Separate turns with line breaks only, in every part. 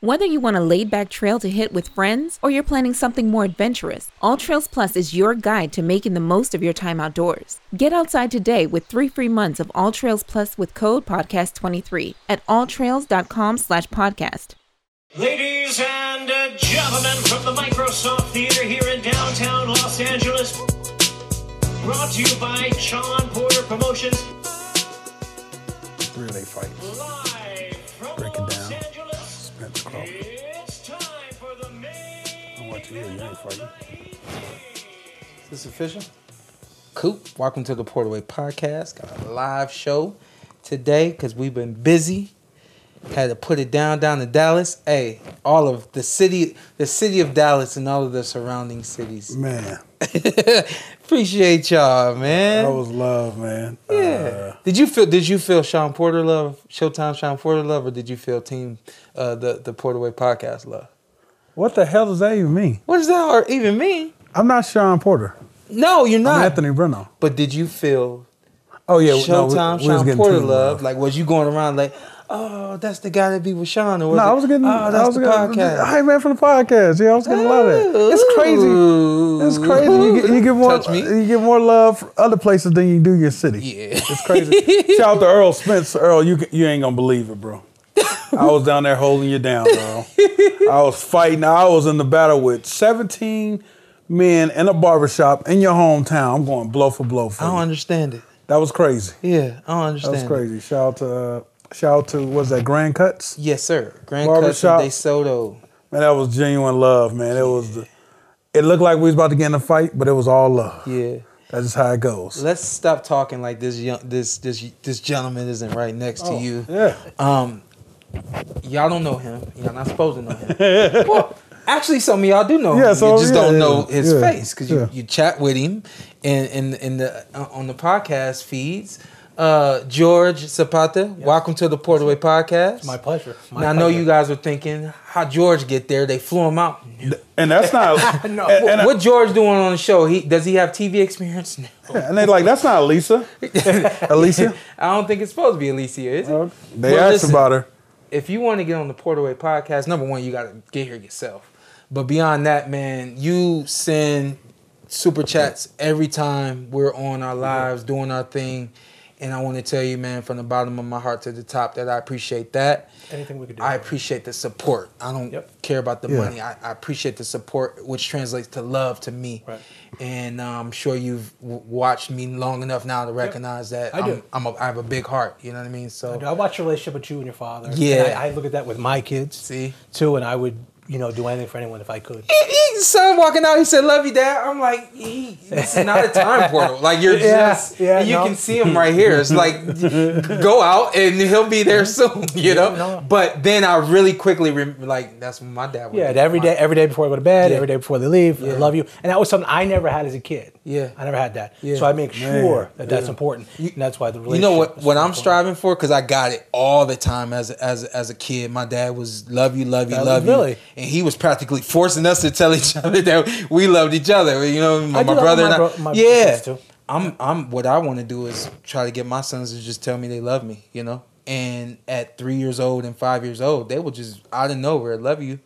Whether you want a laid back trail to hit with friends or you're planning something more adventurous, All Trails Plus is your guide to making the most of your time outdoors. Get outside today with three free months of All Trails Plus with code podcast23 at alltrails.com slash podcast.
Ladies and uh, gentlemen, from the Microsoft Theater here in downtown Los Angeles, brought to you by Sean Porter Promotions,
Three they fight.
live from
Break it
Los
down.
Angeles.
Spence Crawford.
It's time for the main.
I want to hear you ain't fighting.
This is official. Coop, welcome to the Portaway Podcast. Got a live show today because we've been busy. Had to put it down down in Dallas. Hey, all of the city, the city of Dallas and all of the surrounding cities.
Man,
Appreciate y'all, man.
that was love, man. Uh,
yeah. did you feel? Did you feel Sean Porter love, Showtime Sean Porter love, or did you feel Team uh, the the Portaway Podcast love?
what the hell does that even mean?
What does that or even mean?
I'm not Sean Porter.
No, you're
I'm
not.
Anthony Bruno.
But did you feel
Oh yeah, no, we-
Showtime,
we was
Sean
getting
Porter
too
love. Like, was you going around like, oh, that's the guy that be with Sean? Or was
No,
it,
I was getting.
oh, that's
I was
the
getting.
podcast.
Hey man, from the podcast. Yeah, I was getting a lot of that. It's crazy.
Ooh.
It's crazy. You get, you get more.
Touch me.
You get more love for other places than you do your city.
Yeah.
it's crazy. Shout out to Earl Spence. Earl, you you ain't gonna believe it, bro. I was down there holding you down, bro. I was fighting. I was in the battle with 17 men in a barbershop in your hometown. I'm going blow for blow for
I don't
you.
understand it.
That was crazy.
Yeah, I don't
That
understand.
was
it.
crazy. Shout out to uh, shout out to was that Grand Cuts?
Yes, sir. Grand
Barbershop.
Cousin De Soto.
Man, that was genuine love, man. It was. The, it looked like we was about to get in a fight, but it was all love.
Yeah.
That's just how it goes.
Let's stop talking like this. Young, this this this gentleman isn't right next to you.
Oh, Yeah.
Um, y'all don't know him. Y'all not supposed to know him. well, actually, some of y'all do know
Yeah,
him.
so,
you just
yeah,
don't
yeah,
know his
yeah,
face because you,
yeah.
you chat with him in in, in the uh, on the podcast feeds. Uh, George Zapata, welcome to the Portaway Podcast.
My pleasure. My
now I know
pleasure.
you guys were thinking how George get there. They flew him out.
And that's not.
No.
And, and,
what George doing on the show? He does he have TV experience? No.
and they like that's not Lisa. Alicia.
I don't think it's supposed to be Alicia, is it?
They
Well,
asked
listen,
about her.
if you want to get on the Portaway podcast, number one, you got to get here yourself. But beyond that, man, you send super chats every time we're on our lives doing our thing. And I want to tell you, man, from the bottom of my heart to the top, that I appreciate that.
Anything we could do.
I appreciate the support. I don't
Yep.
care about the
Yeah.
money. I, I appreciate the support, which translates to love to me.
Right.
And uh, I'm sure you've w- watched me long enough now to recognize that
I
I'm,
do.
I'm a, I have a big heart. You know what I mean? So
I watch your relationship with you and your father.
Yeah.
And I, I look at that with my kids.
See?
Too, and I would, you know, do anything for anyone if I could.
he, he, son walking out, he said, "Love you, dad." I'm like, he, "This is not a time portal. Like you're
Yeah,
just,
yeah,
you
no.
can see him right here. It's like, go out and he'll be there soon, you know."
no.
But then I really quickly rem- like that's when my dad. would
Yeah,
do
and every
my-
day, every day before I go to bed,
Yeah.
every day before they leave,
Yeah.
I love you, and that was something I never had as a kid.
Yeah.
I never had that.
Yeah.
So I make sure that that's
Yeah.
important, and that's why the
You
relationship.
know what?
is
What
so
I'm
important.
striving for, because I got it all the time as as as a kid. My dad was love you, love you,
That was
love
Billy.
you, and he was practically forcing us to tell each other that we loved each other. You know, my,
I
my
do that with
brother and
my
I.
bro- my
yeah,
kids too.
I'm I'm. What I want to do is try to get my sons to just tell me they love me. You know, and at three years old and five years old, they will just out of nowhere love you,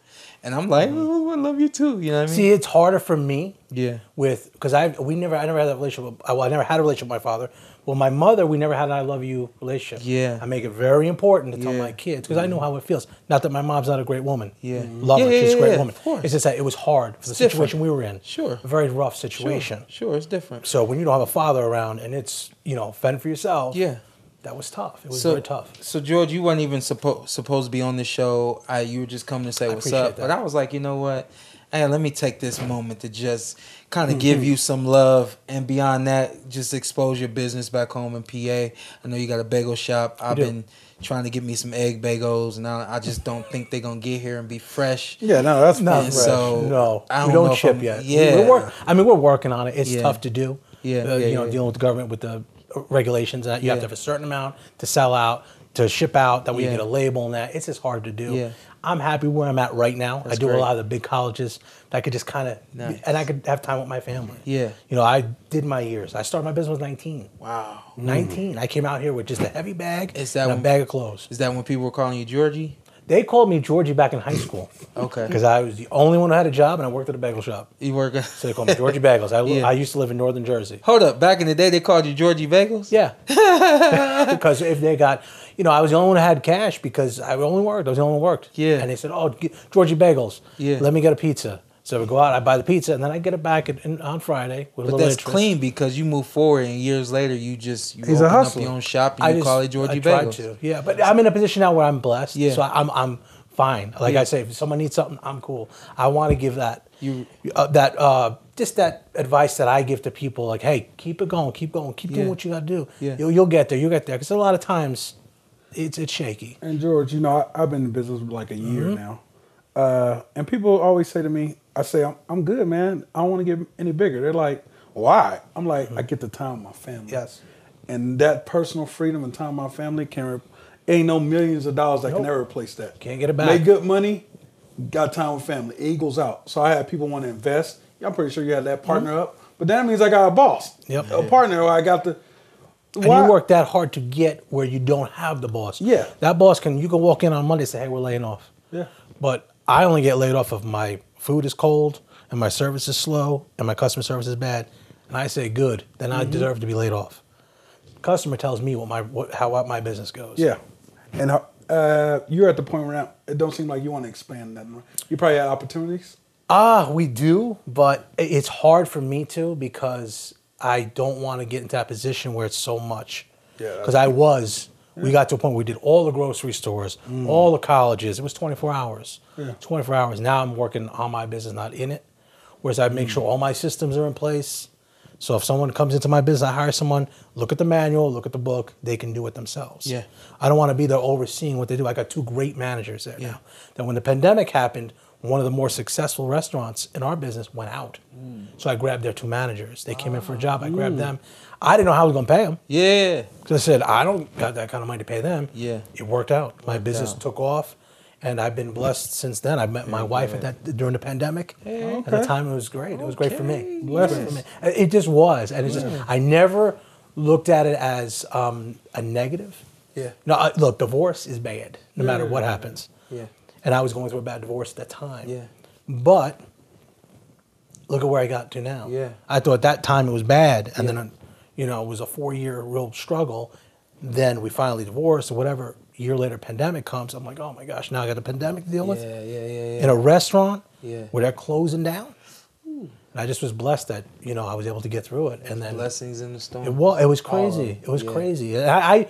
and I'm like, oh, I love you too. You know what I mean?
Mm-hmm. See, it's harder for me.
Yeah.
With because I we never I never had that relationship. With, well, I never had a relationship with my father. Well, my mother we never had an I love you relationship.
Yeah.
I make it very important to tell
Yeah.
my kids because I know how it feels. Not that my mom's not a great woman. Mm-hmm.
Yeah.
Love her.
Yeah,
She's
yeah,
a great
yeah,
woman.
of course.
It's just that it was hard for the
different.
situation we were in.
Sure.
A very rough
Sure,
situation.
Sure, it's different.
So when you don't have a father around and it's you know fend for yourself.
Yeah.
That was tough. It was very tough.
So George, you weren't even supposed supposed to be on this show. I you were just coming to say what's
appreciate
up.
that.
But I was like, you know what? Hey, let me take this moment to just kind
Mm-hmm.
of give you some love, and beyond that, just expose your business back home in PA. I know you got a bagel shop. I've
do.
been trying to get me some egg bagels, and I, I just don't think they're gonna get here and be fresh.
Yeah, no, that's
Not
not
And
fresh.
so-
no,
I don't
we
know
don't
if
ship
I'm-
yet. We-
yeah.
we're work, I mean we're working on it. It's
Yeah.
tough to do.
Yeah,
uh,
yeah,
you know,
yeah.
dealing with the government with the regulations and that you have
Yeah.
to have a certain amount to sell out, to ship out, that we
Yeah.
get a label and that. It's just hard to do.
Yeah.
I'm happy where I'm at right now. I
That's
do
great.
a lot of the big colleges. that I could just kind of,
Nice.
and I could have time with my family.
Yeah.
You know, I did my years. I started my business 19.
Wow.
19. I came out here with just a heavy bag
Mm. Is that
and
when-
a bag of clothes.
Is that when people were calling you Georgie?
They called me Georgie back in high school
Okay.
because I was the only one who had a job and I worked at a bagel shop.
You work.
So they called me Georgie Bagels. I, li-
Yeah.
I used to live in northern Jersey.
Hold up. Back in the day, they called you Georgie Bagels.
Yeah. because if they got, you know, I was the only one who had cash because I only worked. I was the only one who worked.
Yeah.
And they said, oh, g- Georgie Bagels.
Yeah.
Let me get a pizza. So I would go out, I would buy the pizza, and then I get it back in, in- on Friday with a
But
little
that's
interest.
clean because you move forward and years later you just you
He's a
open up
hustler.
your own shop and
I
you
just,
call it Georgie
I tried
Bagels.
to. Yeah, but I'm in a position now where I'm blessed.
Yeah.
So I'm I'm fine. Like I say, if someone needs something, I'm cool. I want to give that
You-
uh, that uh, just that advice that I give to people, like, hey, keep it going, keep going, keep
Yeah.
doing what you got to do.
Yeah.
You'll, you'll get there. You'll get there. Because a lot of times, it's it's shaky.
And George, you know, I, I've been in business for like a year
Mm-hmm.
now, uh, and people always say to me, "I say I'm, I'm good, man. I don't want to get any bigger." They're like, "Why?" I'm like, "I get the time with my family."
Mm-hmm. Yes.
And that personal freedom and time with my family can, re- ain't no millions of dollars that can
Nope.
ever replace that.
Can't get it back.
Make good money, got time with family. Eagles out. So I had people want to invest. Yeah, I'm pretty sure you had that partner up, but that means I got a boss,
Mm-hmm. Yep.
a partner. Or I got the.
And
Why-
you work that hard to get where you don't have the boss.
Yeah.
That boss can you can walk in on Monday and say, Hey, we're laying off.
Yeah.
But I only get laid off if my food is cold and my service is slow and my customer service is bad. And I say good, then I deserve to be laid off. Customer tells me what my what, how what my business goes.
Yeah, and uh, you're at the point where now it don't seem like you want to expand that. Much. You probably had opportunities.
Ah, we do, but i- it's hard for me to because I don't want to get into that position where it's so much.
Yeah, that's-
Because I was, we got to a point where we did all the grocery stores, all the colleges. It was 24 hours.
Mm. Yeah.
24 hours. Now I'm working on my business, not in it. Whereas I
Mm.
make sure all my systems are in place. So if someone comes into my business, I hire someone, look at the manual, look at the book, they can do it themselves.
Yeah.
I don't want to be there overseeing what they do. I got two great managers there
Yeah.
now. That when the pandemic happened, one of the more successful restaurants in our business went out.
Mm.
So I grabbed their two managers. They came in for a job. I grabbed them. I didn't know how I was going to pay them
Yeah.
because I said I don't got that kind of money to pay them.
Yeah.
it worked out. My business
out.
took off, and I've been blessed since then. I met my wife at that during the pandemic. At the
Okay.
time, it was great. It was great for me. It was great for
Blessings.
me. It just was, and it's just I never looked at it as um, a negative.
Yeah.
No, I, look, divorce is bad, no matter
Mm.
what happens.
Yeah.
And I was going through a bad divorce at that time.
Yeah.
But look at where I got to now.
Yeah.
I thought at that time it was bad, and
Yeah.
then, you know, it was a four-year real struggle. Then we finally divorced, or whatever. A year later, pandemic comes. I'm like, oh my gosh, now I got a pandemic to deal
Yeah.
with
Yeah. Yeah.
in a restaurant
Yeah.
where they're closing down. And I just was blessed that you know I was able to get through it, and
yeah.
then
Blessings in the storm.
it was it was
All of them.
crazy. It was
Yeah.
crazy. And I, I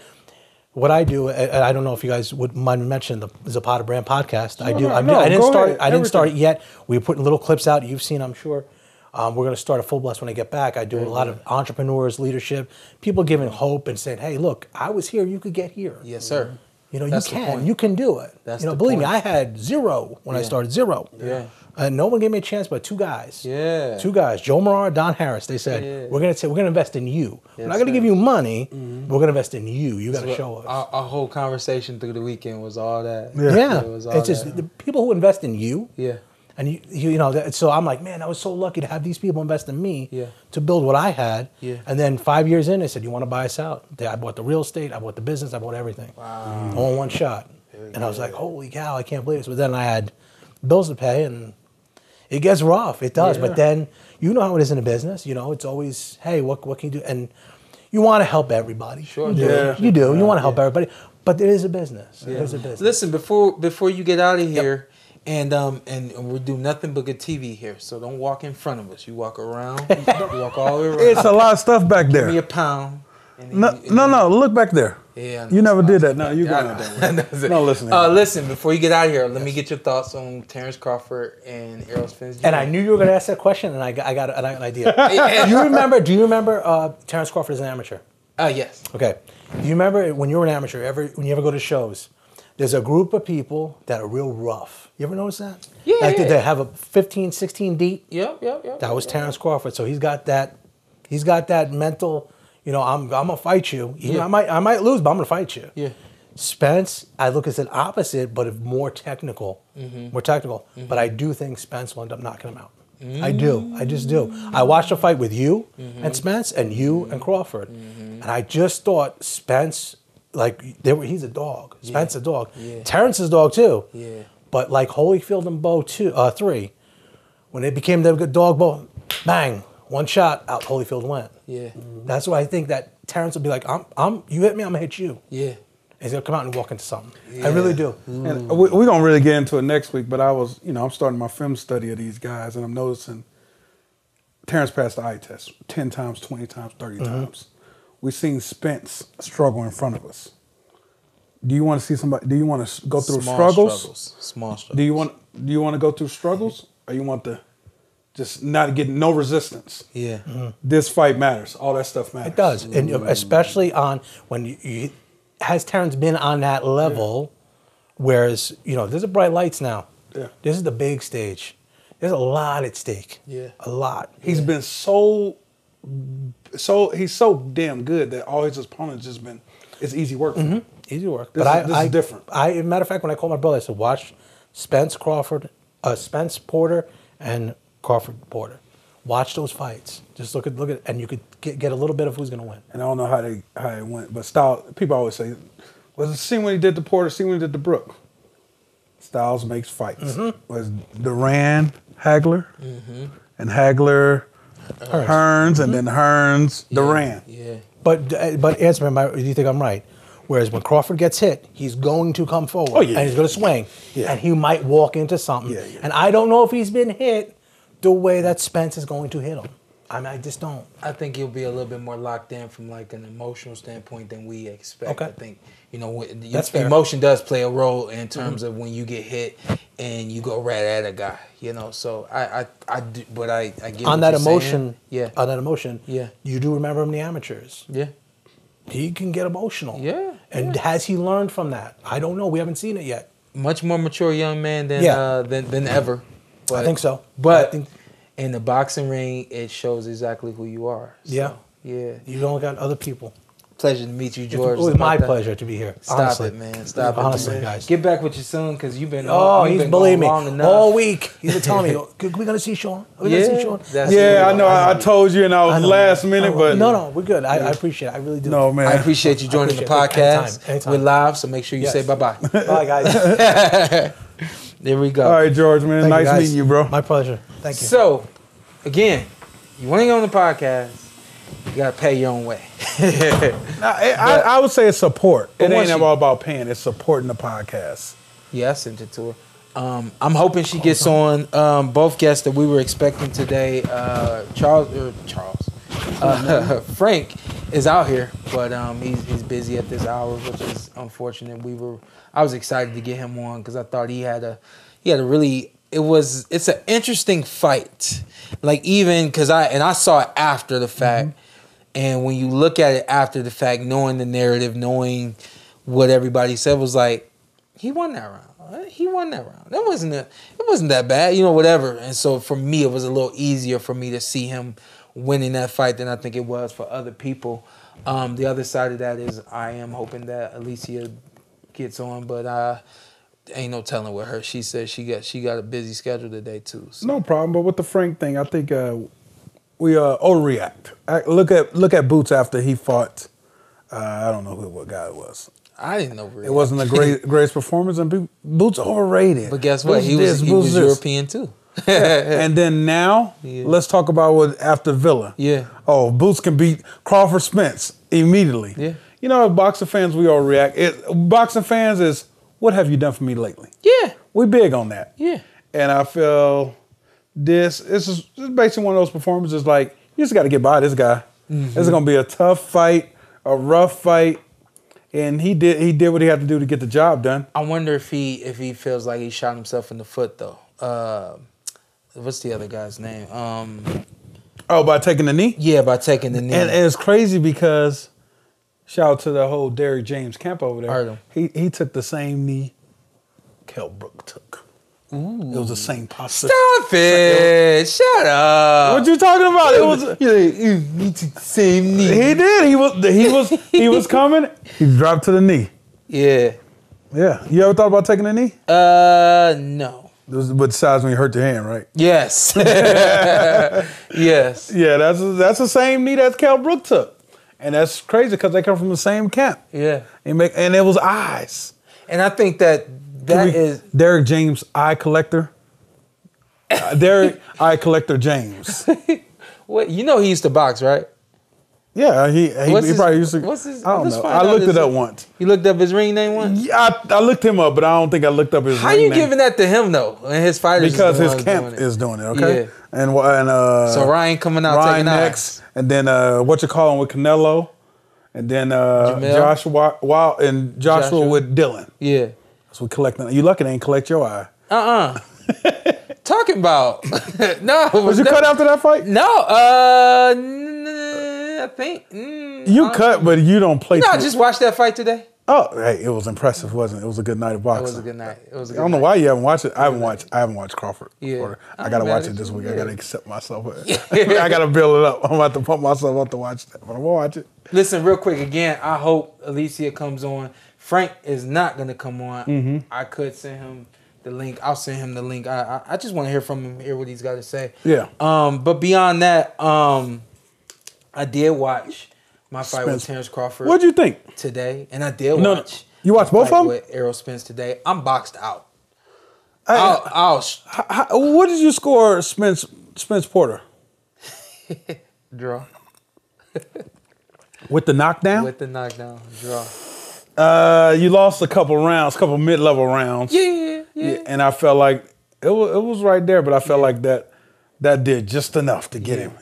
what I do, and I don't know if you guys would mind me mentioning the Zapata Brand podcast. I do.
no,
I, do-
no,
I didn't
go
start.
ahead.
I didn't start it
Everything.
yet. We're putting little clips out. You've seen, I'm sure. Um, we're going to start a full blast when I get back. I do a lot of entrepreneurs, leadership, people giving hope and saying, "Hey, look, I was here. You could get here."
Yes, sir.
You know,
That's the
you can.
point.
You can do it.
That's
you know,
the
believe me,
point.
I had zero when I
Yeah.
started. Zero.
Yeah.
Uh, no one gave me a chance but two guys.
Yeah.
Two guys, Joe Morar, Don Harris. They said,
Yeah. Mm-hmm.
We're gonna say we're gonna invest in you. we're not
That's
gonna give
right.
you money, but we're gonna invest in you. You gotta show us.
Our, our whole conversation through the weekend was all that.
Yeah.
yeah.
It was all
It's just
that.
the people who invest in you.
yeah.
And you, you, you know, that, so I'm like, man, I was so lucky to have these people invest in me
Yeah.
to build what I had.
Yeah.
And then five years in, they said, you want to buy us out? They, I bought the real estate, I bought the business, I bought everything. Wow. All in one shot. And I was like, holy cow, I can't believe this. But then I had bills to pay and it gets rough. It does. But then you know how it is in a business. You know, it's always, hey, what, what can you do? And you want to help everybody. Sure. You
Yeah.
do. You, do. you want to help everybody. But it is a business. It is a business.
Listen, before before you get out of here, and um and, and we do nothing but good TV here, so don't walk in front of us. You walk around, you walk all the way around.
It's a lot of stuff back
Give me a
there.
pound. and then
No,
you- and
no,
then-
no. Look back there.
Yeah, I know.
You never did that. No, you
I
going out
know.
that way.
That's it.
No, listen.
Uh, listen, before you get out of here, let me get your thoughts on Terrence Crawford and Errol Spence.
And I knew you were going to ask that question, and I got, I got an an idea. do you remember? Do you remember uh, Terrence Crawford as an amateur?
Uh, yes.
Okay. Do you remember when you were an amateur? Ever when you ever go to shows, there's a group of people that are real rough. You ever notice that?
Yeah,
Like
yeah.
they have a 15, 16 deep.
Yep, yep, yep.
That was Terrence Crawford. So he's got that. He's got that mental. You know, I'm I'm gonna fight you. You know,
Yeah.
I might I might lose, but I'm gonna fight you.
Yeah.
Spence, I look as an opposite, but if more technical,
Mm-hmm.
more technical. But I do think Spence will end up knocking him out. I do.
Mm-hmm.
I just do. I watched a
Mm-hmm.
fight with you and Spence, and you and Crawford, and I just thought Spence like they were, he's a dog. Spence a dog.
Yeah.
Terrence's dog too.
Yeah.
But like Holyfield and Bo two uh, three, when they became the good dog Bo, bang, one shot out. Holyfield went.
Yeah.
That's why I think that Terrence will be like, I'm, I'm, you hit me, I'm gonna hit you.
Yeah.
He's gonna come out and walk into something. I really do.
And we, we don't really get into it next week, but I was, you know, I'm starting my film study of these guys, and I'm noticing Terrence passed the eye test 10 times, 20 times, 30 times. We've seen Spence struggle in front of us. Do you want to see somebody? Do you want to go through struggles?
Small struggles.
Do you want? Do you want to go through struggles, or you want to just not get no resistance?
Yeah.
This fight matters. All that stuff matters.
It does, and uh, especially on when you, you has Terrence been on that level, whereas you know there's a bright lights now.
Yeah.
This is the big stage. There's a lot at stake.
Yeah.
a lot.
He's been so so he's so damn good that all his opponents just been it's easy work. for him.
easy work.
This
but
is-
I,
this is
I
different.
I, as a matter of fact, when I called my brother, I said, "Watch Spence Crawford, uh, Spence Porter, and Crawford Porter. Watch those fights. Just look at look at, and you could get, get a little bit of who's going to win."
And I don't know how they how it went, but style people always say, "Let's see when he did the Porter, see when he did the Brook." Styles makes fights.
Mm-hmm.
Was Duran Hagler and Hagler Hearns,
Mm-hmm.
and then Hearns Duran.
Yeah.
But uh, but answer me, my, do you think I'm right? Whereas when Crawford gets hit, he's going to come forward
Oh, yeah.
and he's going to swing,
Yeah.
and he might walk into something.
Yeah, yeah.
And I don't know if he's been hit the way that Spence is going to hit him. I mean, I just don't.
I think you'll be a little bit more locked in from like an emotional standpoint than we expect.
Okay.
I think you know when,
That's fair. Mm-hmm.
emotion does play a role in terms of when you get hit and you go right at a guy. You know, so I I, I do, but I I get what
On that
you're saying.
emotion, uh,
Yeah.
On that emotion,
Yeah.
You do remember him in the amateurs.
yeah.
He can get emotional.
Yeah,
And has he learned from that? I don't know. We haven't seen it yet.
Much more mature young man than
Yeah.
uh, than than ever. But,
I think so.
But
I think
in the boxing ring, it shows exactly who you are. So,
Yeah.
Yeah.
you don't got other people.
Pleasure to meet you,
It
George.
was
About
my
that.
pleasure to be here.
Stop
honestly.
it, man. Stop
honestly,
it. man.
guys.
Get back with your son because you've been.
Oh,
you've
he's
been gone
believe me
long enough.
all week. He's been telling me, "Are we gonna see Sean? Are we gonna see
Yeah,
Sean?"
that's-
Yeah, I know. I, I told you, and I was
I know.
last
I
minute,
know.
but
no, no, we're good. I, I appreciate it. I really do.
no, man.
I appreciate you joining
appreciate
the
it.
podcast.
Anytime, anytime.
We're live, so make sure you
Yes.
say bye bye.
Bye, guys.
there we go.
All right, George, man.
Thank you,
nice
guys.
meeting you, bro.
My pleasure. Thank you.
So, again, you want to go on the podcast, you got to pay your own way.
Nah, I, I, I would say it's support. It
once
ain't
you-
all about paying. It's supporting the podcast.
Yeah, I sent it to her. Um, I'm hoping she gets on um, both guests that we were expecting today. Uh, Charles, er, Charles, uh, Frank is out here, but um, he's, he's busy at this hour, which is unfortunate. We were, I was excited to get him on because I thought he had a, he had a really, it was, it's an interesting fight. Like even because I and I saw it after the fact. And when you look at it after the fact, knowing the narrative, knowing what everybody said, was like, he won that round. He won that round. That wasn't a, it wasn't that bad, you know, whatever. And so for me, it was a little easier for me to see him winning that fight than I think it was for other people. Um, the other side of that is I am hoping that Alicia gets on, but I ain't no telling with her. She said she got she got a busy schedule today too. So
No problem. But with the Frank thing, I think uh, we uh, overreact. I, look at look at Boots after he fought. Uh, I don't know who what guy it was.
I didn't know. Really.
It wasn't the great greatest performance, and Bo- Boots overrated.
But guess what?
Boots
He
this,
was he
Boots
was
this.
European too.
And then now,
Yeah.
let's talk about what after Villa.
Yeah.
Oh, Boots can beat Crawford Spence immediately.
Yeah.
You know, boxing fans, we all react. It, boxing fans is what have you done for me lately?
Yeah.
We big on that.
Yeah.
And I feel this this is, this is basically one of those performances like you just got to get by this guy.
Mm-hmm.
This is gonna be a tough fight, a rough fight, and he did he did what he had to do to get the job done.
I wonder if he if he feels like he shot himself in the foot though. Uh, what's the other guy's name? Um,
Oh, by taking the knee.
yeah, by taking the knee.
And, and it's crazy because shout out to the whole Derrick James camp over there.
Heard him.
He he took the same knee Kell Brook took. It was the same posture.
Stop it! Shut up!
What you talking about? It was
You're like, "Ew, me too, same knee.
he did. He was he was he was coming. He dropped to the knee.
Yeah.
Yeah. You ever thought about taking a knee?
Uh, no.
This is besides when you hurt your hand, right?
Yes. yes.
Yeah, that's that's the same knee that Cal Brook took. And that's crazy because they come from the same camp.
Yeah.
And, make, and it was eyes.
And I think that
Can
that
we-
is
Derek James Eye Collector. Uh, Derek Eye Collector James.
what you know. He used to box, right?
Yeah, uh, he, he, he
What's his-
probably used to.
what's his-
I don't
let's
know.
find
I
out
looked
his-
it up once.
You looked up his ring name once.
Yeah, I, I looked him up, but I don't think I looked up his
How
ring
you
name.
giving that to him though? And his fighters is
because
the
his
ones
camp
doing it.
is doing it. Okay,
Yeah.
and wha- and uh,
So Ryan coming out
Ryan
taking
next, and then uh, what you call him with Canelo, and then uh,
Jamel.
Joshua Wow and Joshua,
Joshua.
with Dylan.
Yeah.
So we collecting. You lucky they ain't collect your eye.
Uh uh Talking about no.
Was you cut after that fight?
No. Uh, n- I think mm,
You
I-
cut, but you don't play.
No, I
too-
just watched that fight today.
oh, hey, it was impressive, wasn't it? It was a good night of
It
boxing.
was a good night. It was a
I
good
don't know
night.
why you haven't watched it. I haven't watched. I haven't watched Crawford.
Yeah.
Or- I
I'm
gotta
mad
watch
at
it this
you.
week. I
Yeah.
gotta accept myself. I gotta build it up. I'm about to pump myself up to watch that, but I'm gonna watch it.
Listen, real quick again. I hope Alicia comes on. Frank is not gonna come on.
Mm-hmm.
I could send him the link. I'll send him the link. I I, I just want to hear from him, hear what he's got to say.
Yeah.
Um, but beyond that, um, I did watch my fight with
Spence.
Terrence Crawford
What'd you think?
today, and I did
No, no.
watch.
You watched
my
both
fight
of 'em?
With Errol Spence today. I'm boxed out.
I-
I'll, I'll sh-
How, what did you score, Spence Spence Porter?
draw
With the knockdown,
with the knockdown. Draw.
uh, you lost a couple rounds, couple mid level rounds.
Yeah, yeah, yeah.
Yeah, and I felt like it was it was right there, but I felt like that that did just enough to get him.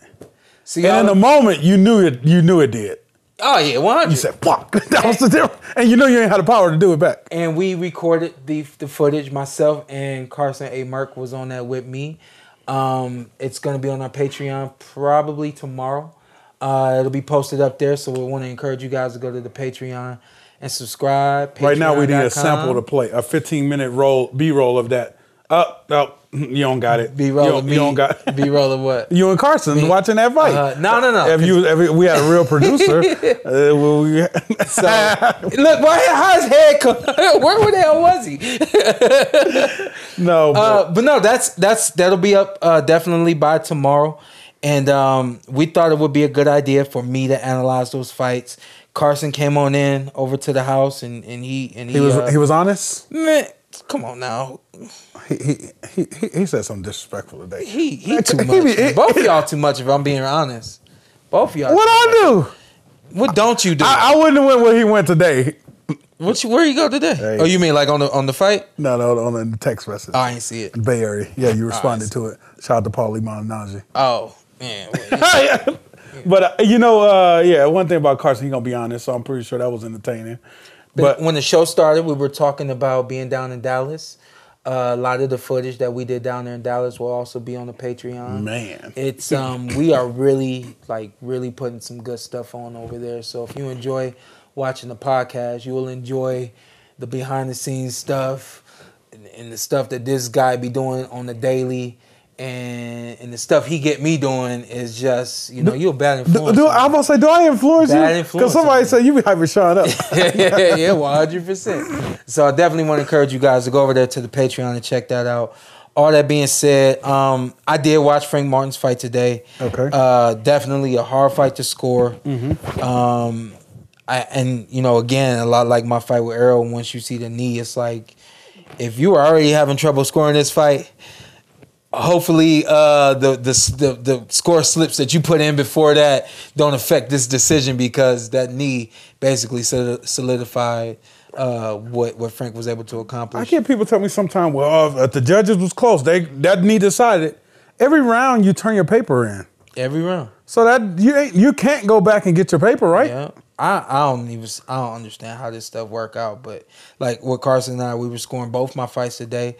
See,
And in the
y'all-
moment, you knew it. You knew it did.
oh yeah, one
You
hundred.
said, "Fuck!" that was the difference. And you know you ain't had the power to do it back.
and we recorded the the footage. Myself and Carson A. Merck was on that with me. Um, it's gonna be on our Patreon probably tomorrow. Uh, it'll be posted up there, so we want to encourage you guys to go to the Patreon and subscribe.
Right now, we need a
patreon.com.
sample to play a 15 minute roll B roll of that. Up, up. You don't got it.
be
You
rolling.
don't, you don't got.
be rolling what?
You and Carson watching that fight.
Uh, no, no, no,
If you, if we had a real producer, uh, we, we-
So look, why how his head come? Where where the hell was he?
no. But,
Uh, but no, that's that's that'll be up uh, definitely by tomorrow. And um, we thought it would be a good idea for me to analyze those fights. Carson came on in over to the house, and, and he and he,
he was
uh,
he was honest.
man. Come on now,
He he, he he he said something disrespectful today.
he he too much.
He be- he-
Both of y'all too much. If I'm being honest, both of y'all.
what I do?
What don't you do?
I, I wouldn't have went where he went today.
what you, where you go today?
Hey.
Oh, you mean like on the on the fight?
No, no, on the text message.
Oh, I ain't see it.
Bay Area. Yeah, you responded to it. Shout out to Paulie Malignaggi.
Oh man,
But uh, you know, uh, yeah, one thing about Carson, he gonna be honest, so I'm pretty sure that was entertaining.
But
But
when the show started, we were talking about being down in Dallas. Uh, a lot of the footage that we did down there in Dallas will also be on the Patreon.
Man.
it's um, we are really like really putting some good stuff on over there. So if you enjoy watching the podcast, you will enjoy the behind the scenes stuff and, and the stuff that this guy be doing on the daily. And, and the stuff he get me doing is just you know you're a bad
do,
influence.
do, I'm gonna say, do I influence
Bad
you?
influence.
Because somebody said you be hyping Sean up.
yeah, yeah, yeah, one hundred percent. So I definitely want to encourage you guys to go over there to the Patreon and check that out. All that being said, um, I did watch Frank Martin's fight today.
Okay.
Uh, definitely a hard fight to score. Um, I, and you know, again, a lot like my fight with Errol. Once you see the knee, it's like if you were already having trouble scoring this fight, hopefully uh, the, the the the score slips that you put in before that don't affect this decision because that knee basically sol- solidified uh, what what Frank was able to
I
accomplish.
get people tell me sometime, well, uh, if the judges was close, they that need decided. Every round you turn your paper in,
Every round,
so that you ain't, you can't go back and get your paper right.
yeah. I, I don't even s- I don't understand how this stuff work out, but like with Carson and I, we were scoring both my fights today,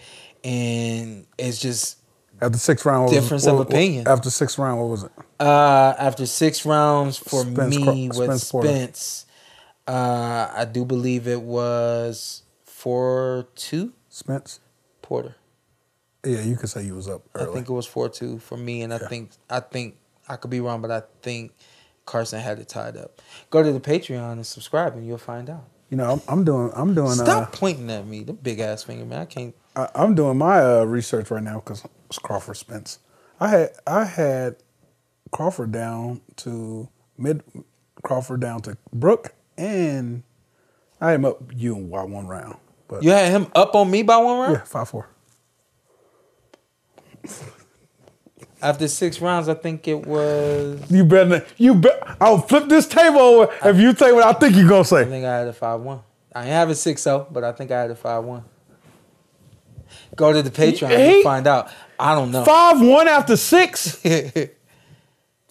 and it's just
After six round, what was-
Difference of
what- what-
opinion.
After six round, what was it?
Uh, after six rounds for
Spence Cro-
me with
Spence Porter.
Spence, uh, I do believe it was four two
Spence.
Porter.
Yeah, you could say you was up early.
I think it was four two for me, and I think I think I could be wrong, but I think Carson had it tied up. Go to the Patreon and subscribe, and you'll find out.
you know, I'm, I'm doing I'm doing
Stop pointing at me, the big ass finger, man. I can't.
uh, I, I'm doing my uh, research right now because it's Crawford Spence. I had I had Crawford down to mid Crawford down to Brooke, and I am up you and Y one round. But
You had him up on me by one round?
yeah, five four.
After six rounds, I think it was.
You better not- you bet. I'll flip this table over if you say what I think you're gonna
I
say.
think I had a 5 1. I ain't have a 6 0, but I think I had a 5 1. Go to the Patreon
Hey.
and find out. I don't know.
Five one after six.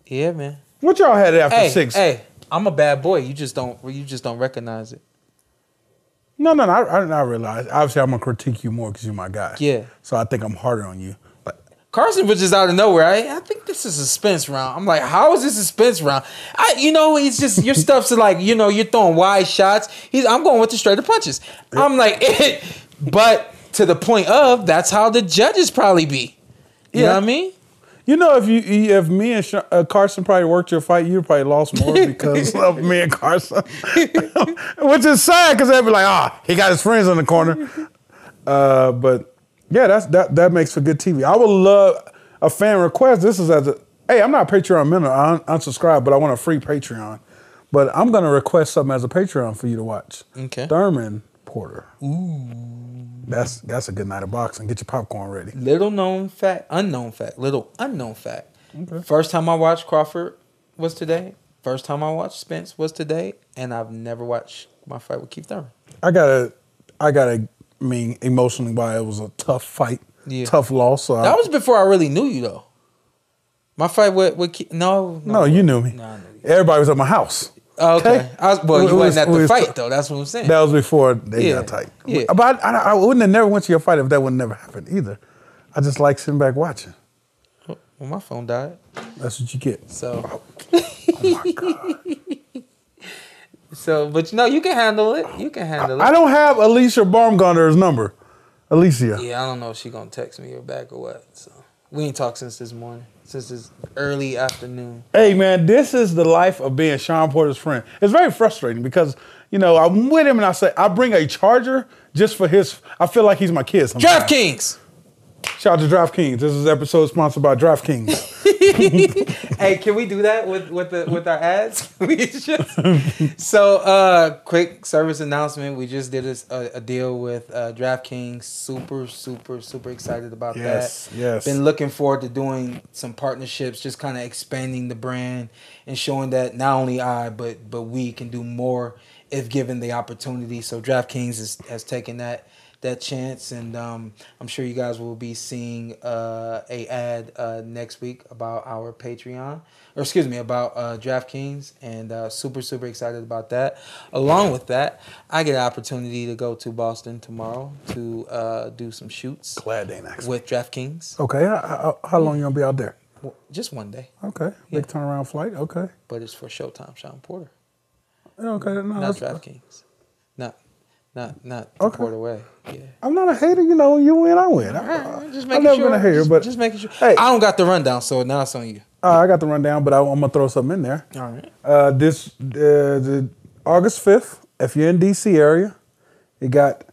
yeah, man.
What y'all had after
Hey,
six?
hey, I'm a bad boy. You just don't you just don't recognize it.
No, no, no. I, I, I realize. Obviously, I'm gonna critique you more because you're my guy.
Yeah.
So I think I'm harder on you. But
Carson was just out of nowhere. I, I think this is a suspense round. I'm like, how is this a suspense round? I, you know, it's just your stuff's like, you know, you're throwing wide shots. He's, I'm going with the straighter punches. I'm like, it, but to the point of that's how the judges probably be. You know
Yeah.
what I mean?
you know, if you if me and Sh- uh, Carson probably worked your fight, you probably lost more because of me and Carson, which is sad because they'd be like, ah, he got his friends in the corner. Uh, but yeah, that's that that makes for good TV. I would love a fan request. This is as a hey, I'm not a Patreon member. I un- unsubscribe, but I want a free Patreon. But I'm gonna request something as a Patreon for you to watch.
Okay.
Thurman Porter. Ooh. That's that's a good night of boxing. Get your popcorn ready.
Little known fact, unknown fact, little unknown fact. First time I watched Crawford was today. First time I watched Spence was today, and I've never watched my fight with Keith Thurman.
I gotta, I gotta I mean emotionally why it was a tough fight,
Yeah.
tough loss. So I,
That was before I really knew you though. My fight with with Ke- no
no, you knew me.
No, I knew you.
Everybody was at my house.
Oh, okay. I was, well,
We-
you
we was-
wasn't at
we
the
was-
fight though. That's what I'm saying.
That was before they
Yeah,
got tight.
yeah.
But I, I wouldn't have never went to your fight if that would never happened either. I just like sitting back watching.
well, my phone died.
That's what you get.
So
Oh my God.
so, but you know, you can handle it. You can handle
I
it.
don't have Alicia Baumgartner's number. Alicia.
Yeah, I don't know if she gonna text me or back or what. So we ain't talked since this morning, since this early afternoon.
Hey man, this is the life of being Sean Porter's friend. It's very frustrating because you know I'm with him and I say I bring a charger just for his. I feel like he's my kid. sometimes.
DraftKings.
Shout out to DraftKings. This is episode sponsored by DraftKings.
hey, can we do that with with the with our ads? we just, so, uh, quick service announcement: We just did a, a, a deal with uh, DraftKings. Super, super, super excited about
Yes,
that.
yes.
Been looking forward to doing some partnerships, just kind of expanding the brand and showing that not only I but but we can do more if given the opportunity. So DraftKings is, has taken that that chance, and um, I'm sure you guys will be seeing uh, a ad uh, next week about our Patreon, or excuse me, about uh, DraftKings, and uh, super super excited about that. Along with that, I get an opportunity to go to Boston tomorrow to uh, do some shoots
Glad they ain't asked.
with DraftKings.
Okay, I, I- how long you gonna be out there?
Well, Just one day,
Okay, big turnaround flight. Okay,
but it's for Showtime, Sean Porter,
Oh, okay. No,
not
that's-
DraftKings, not not not
Okay.
the Porter way. Yeah.
I'm not a hater. You know, you win, I win.
All right,
I,
just
I've
making
Uh, never
sure.
been a hater,
just,
but
just making sure.
Hey.
I don't got the rundown, so now it's on you.
Uh, I got the rundown, but I, am gonna throw something in there.
All right.
Uh, this uh, the August 5th, if you're in DC area, you got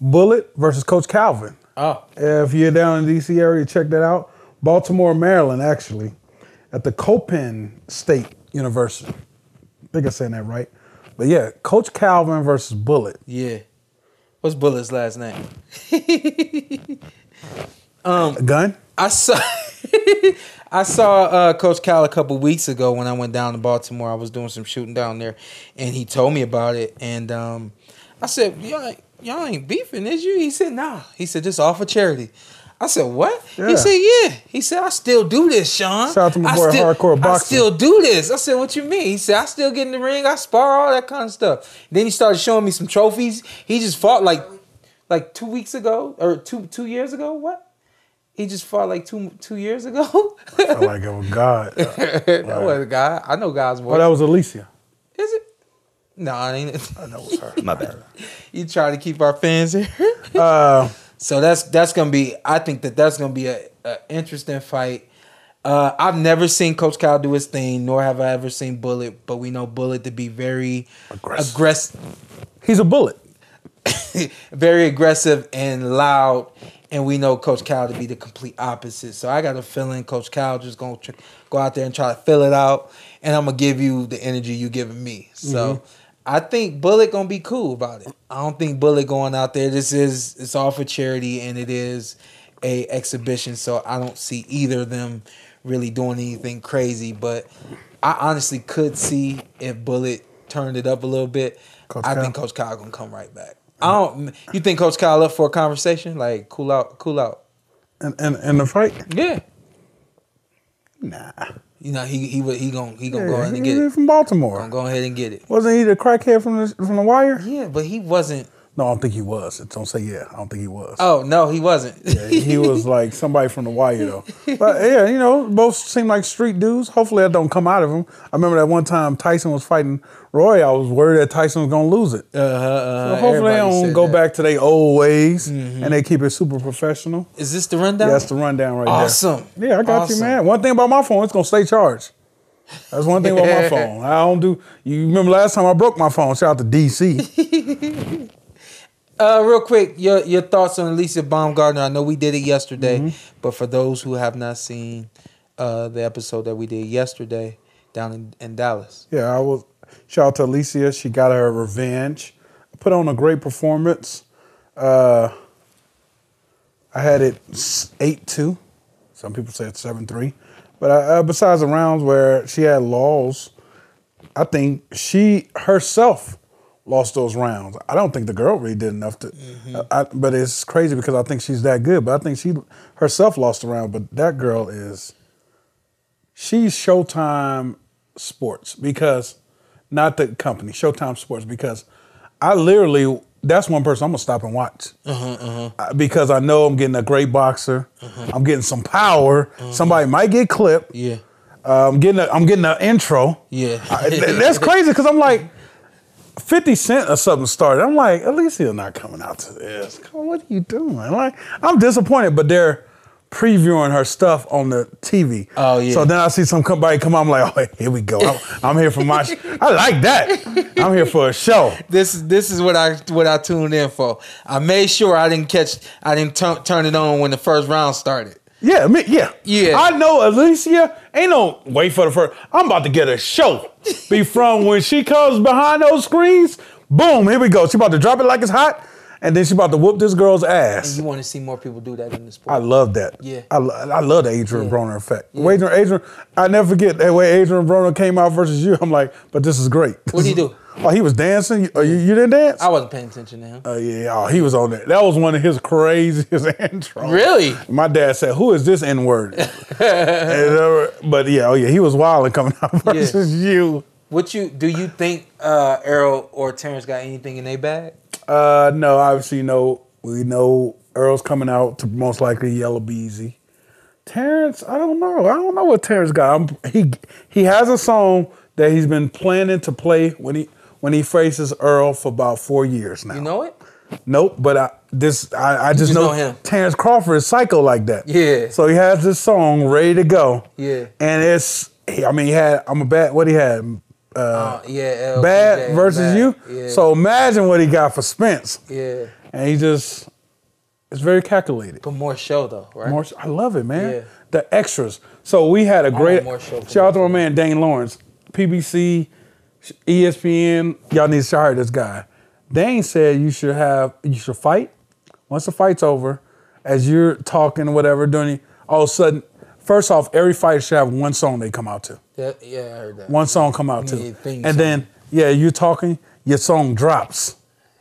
Bullet versus Coach Calvin.
Oh,
If you're down in DC area, check that out. Baltimore, Maryland, actually, at the Copen State University. I think I'm saying that right. But yeah, Coach Calvin versus Bullet.
yeah. What's Bullet's last name?
A gun?
I saw. I saw uh, Coach Cal a couple weeks ago when I went down to Baltimore. I was doing some shooting down there, and he told me about it. And um, I said, "Y'all, y'all ain't beefing, is you?" He said, "Nah." He said, "Just all for charity." I said, "What?"
Yeah.
He said, "Yeah." He said, "I still do this, Sean."
Shout out to my
I
boy,
still-
Hardcore
I
Boxer.
still do this. I said, "What you mean?" He said, "I still get in the ring. I spar all that kind of stuff." Then he started showing me some trophies. He just fought like, like two weeks ago or two two years ago. What? He just fought like two two years ago.
I like, oh, God. Oh,
that was a guy. I know guys. Boy.
that was Alicia.
Is it? No, I ain't.
I know it was her.
My bad.
you try to keep our fans here.
Uh,
so that's that's gonna be. I think that that's gonna be a, a interesting fight. Uh, I've never seen Coach Kyle do his thing, nor have I ever seen Bullet. But we know Bullet to be very
Aggressive.
aggressive
He's a bullet.
very aggressive and loud and we know Coach Cal to be the complete opposite. So I got a feeling Coach Cal just gonna tr- go out there and try to fill it out, and I'm gonna give you the energy you giving me. So
Mm-hmm.
I think Bullock gonna be cool about it. I don't think Bullock going out there. This is it's all for charity, and it is a exhibition. So I don't see either of them really doing anything crazy. But I honestly could see if Bullet turned it up a little bit.
Coach
I
Cal?
think Coach Kyle gonna come right back. I don't. You think Coach Kyle up for a conversation? Like cool out, cool out.
And and and the fight?
Yeah.
Nah.
You know he he would- he gonna he gonna go
Yeah,
ahead and
he
get it.
from Baltimore.
Gonna go ahead and get it.
Wasn't he the crackhead from the from the wire?
Yeah, but he wasn't.
No, I don't think he was. Don't say yeah. I don't think he was.
Oh no, he wasn't.
he was like somebody from the wire though. But yeah, you know, both seem like street dudes. Hopefully, that don't come out of them. I remember that one time Tyson was fighting Roy. I was worried that Tyson was gonna lose it. So hopefully, they
Uh-huh, Uh, everybody
don't
said
go
that. Mm-hmm.
back to their old ways and they keep it super professional.
Is this the rundown?
That's the rundown right
Awesome.
there. Yeah, I got
Awesome.
you, man. One thing about my phone, it's gonna stay charged. That's one thing about my phone. I don't do. You remember last time I broke my phone? Shout out to DC.
Uh, real quick, your your thoughts on Alicia Baumgartner? I know we did it yesterday,
Mm-hmm.
but for those who have not seen uh, the episode that we did yesterday down in, in Dallas,
yeah, I was. Shout out to Alicia. She got her revenge. Put on a great performance. Uh, I had it eight two. Some people said seven three, but uh, besides the rounds where she had laws, I think she herself lost those rounds. I don't think the girl really did enough to. uh, I, I- but it's crazy because I think she's that good. But I think she herself lost the round. But that girl is. She's Showtime Sports because, not the company Showtime Sports because, I literally that's one person I'm gonna stop and watch I- because I know I'm getting a great boxer. I'm getting some power. Somebody might get clipped.
yeah,
Uh, I'm getting a, I'm getting an intro.
yeah,
I- th- that's crazy because I'm like 50 Cent or something started. I'm like, Alicia's not coming out to this. Come on, what are you doing? Like, I'm disappointed, but they're previewing her stuff on the TV.
Oh, yeah.
So then I see some somebody come out. I'm like, oh, here we go. I'm, I'm here for my. Sh- I like that. I'm here for a show.
this this is what I what I tuned in for. I made sure I didn't catch I didn't tu- turn it on when the first round started.
Yeah, I mean, yeah,
Yeah.
I know Alicia ain't no wait for the first. I'm about to get a show. Be from when she comes behind those screens, boom, here we go. She about to drop it like it's hot, and then she about to whoop this girl's ass.
You want to see more people do that in the
I
sport.
love that.
Yeah.
I, lo- I love the Adrian Broner effect. Adrian, Adrian, I never forget that way Adrian Broner came out versus you. I'm like, but this is great.
What'd he do?
Oh, he was dancing. You, oh, you, you didn't dance?
I Uh, wasn't paying attention to him.
Oh yeah, oh, he was on there. That was one of his craziest intros.
Really?
My dad said, "Who is this N word?" And, uh, but yeah, oh yeah, he was wild and coming out versus you.
What you do you think uh, Errol or Terrence got anything in their bag?
Uh, no, obviously, no. We know Earl's coming out to most likely Yellow Beezy. Terrence, I don't know. I don't know what Terrence got. I'm, he he has a song that he's been planning to play when he when he faces Earl for about four years now.
You know it?
Nope, but I this I, I just,
just
know,
know him.
Terrence Crawford is psycho like that.
Yeah.
So he has this song ready to go.
Yeah.
And it's he- I mean he had I'm a bad what he had
Uh, yeah. LL
bad
Cool J,
versus
Bad.
you.
Yeah.
So imagine what he got for Spence.
yeah,
And he just it's very calculated.
but more show though, right?
More, I love it, man.
Yeah.
The extras. So we had a great
more show for
shout out to my man Dane Lawrence, PBC, E ESPN. Y'all need to shout out this guy. Dane said you should have you should fight. Once the fight's over, as you're talking whatever, doing it, all of a sudden, first off, every fighter should have one song they come out to
That- yeah, I heard that.
one song come out
Yeah,
too.
theme
And
song.
then yeah, you're talking, your song drops.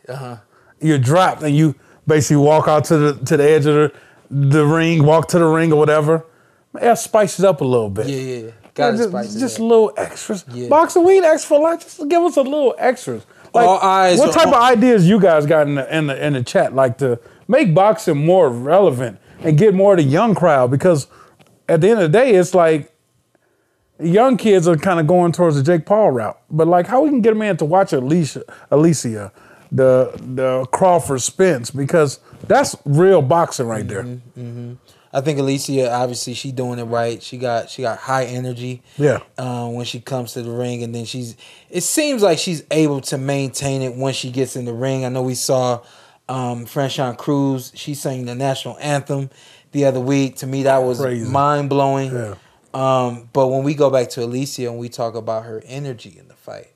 Uh-huh.
You're dropped and you basically walk out to the to the edge of the, the ring, walk to the ring or whatever. Man, That spices up a little bit.
Yeah, yeah. Got to
just,
spice it
just
up.
little extras.
Yeah.
Box of weed extra lot. Just give us a little extras. Like,
All eyes
what
are
type
on-
of ideas you guys got in the, in the in the chat? Like to make boxing more relevant and get more of the young crowd because at the end of the day, it's like young kids are kind of going towards the Jake Paul route. But like, how we can get a man to watch Alicia, Alicia, the the Crawford Spence because that's real boxing right
Mm-hmm.
there.
I think Alicia, obviously, she doing it right. She got she got high energy.
Yeah.
Um, when she comes to the ring, and then she's, it seems like she's able to maintain it once she gets in the ring. I know we saw um, Franchon Cruz. She sang the national anthem the other week. To me, that was
Crazy.
mind blowing.
Yeah.
Um, but when we go back to Alicia and we talk about her energy in the fight,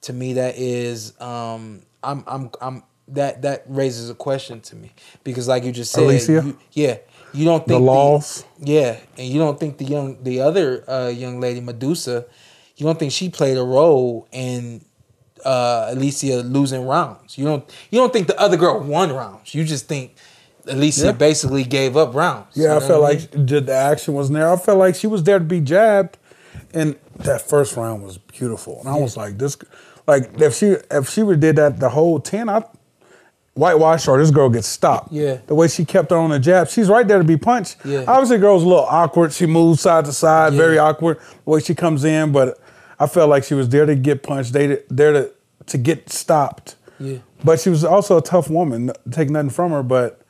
to me that is um, I'm I'm I'm that that raises a question to me because like you just said,
Alicia?
you- yeah, you don't think
laws?
yeah, and you don't think the young the other uh, young lady Medusa, you don't think she played a role in uh, Alicia losing rounds. You don't you don't think the other girl won rounds. You just think Alicia
Yeah.
basically gave up rounds. You
Yeah, I
know
felt
what mean?
like the, the action was there. I felt like she was there to be jabbed, and that first round was beautiful. And I was like, this, like if she if she would did that the whole ten, I whitewash her. This girl gets stopped.
Yeah.
the way she kept her on the jab, she's right there to be punched.
Yeah.
obviously, the girl was a little awkward. She moved side to side,
Yeah.
very awkward. The way she comes in, but I felt like she was there to get punched. They there to to get stopped.
Yeah.
But she was also a tough woman. Take nothing from her, but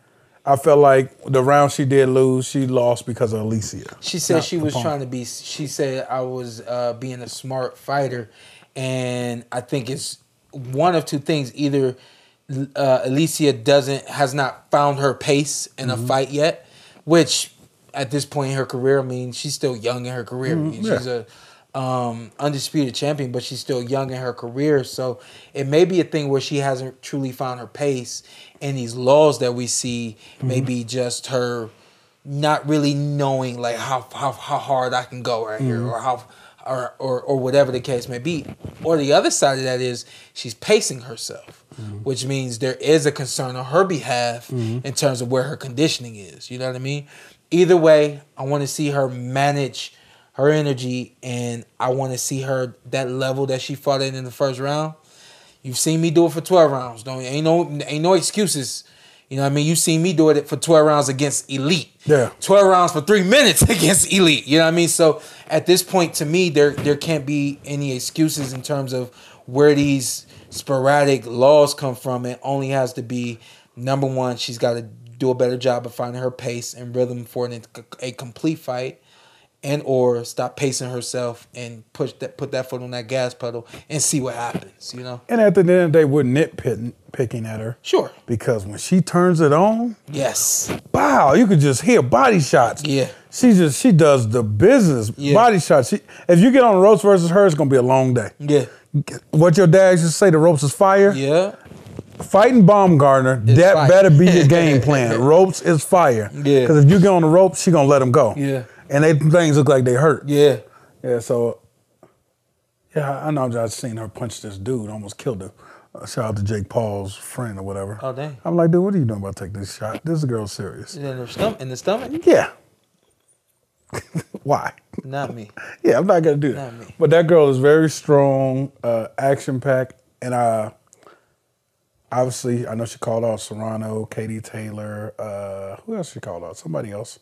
I felt like the round she did lose, she lost because of Alicia.
She said
Not
she was
Capone.
trying to be. She said I was uh, being a smart fighter, and I think it's one of two things: either uh, Alicia doesn't has not found her pace in a fight yet, which at this point in her career, I mean, she's still young in her career. I mean,
yeah.
She's a um, undisputed champion, but she's still young in her career. So it may be a thing where she hasn't truly found her pace, and these laws that we see may be just her not really knowing like how how, how hard I can go right here, or how or, or or whatever the case may be. Or the other side of that is she's pacing herself, which means there is a concern on her behalf in terms of where her conditioning is. You know what I mean? Either way, I want to see her manage her energy and I want to see her that level that she fought in in the first round. You've seen me do it for 12 rounds. Don't ain't no ain't no excuses. You know what I mean? You've seen me do it for 12 rounds against elite.
Yeah.
12 rounds for 3 minutes against elite. You know what I mean? So at this point to me there there can't be any excuses in terms of where these sporadic laws come from. It only has to be number 1, she's got to do a better job of finding her pace and rhythm for an, a complete fight and or stop pacing herself and push that put that foot on that gas pedal and see what happens. You know?
And at the end of the day, we're nitpicking picking at her
Sure.
because when she turns it on,
Yes.
wow, you could just hear body shots.
Yeah.
She just she does the business
Yeah.
body shots. She, if you get on the ropes versus her, it's gonna be a long day.
Yeah.
What your dad used to say, the ropes is fire.
Yeah.
Fighting Baumgartner, that
fire.
better be your game plan. ropes is fire.
Yeah.
Because if you get on the ropes, she gonna let them go.
Yeah.
And they things look like they hurt.
Yeah.
Yeah, so yeah, I know. I just seen her punch this dude, almost killed him. Uh, shout out to Jake Paul's friend or whatever.
Oh, dang.
I'm like, dude, what are you doing about taking this shot? This girl's serious.
In the stomach. In the stomach.
Yeah. Why?
Not me.
Yeah, I'm not gonna do that.
Not me.
But that girl is very strong, uh, action packed, and uh, obviously I know she called out Serrano, Katie Taylor, uh, who else she called out? Somebody else.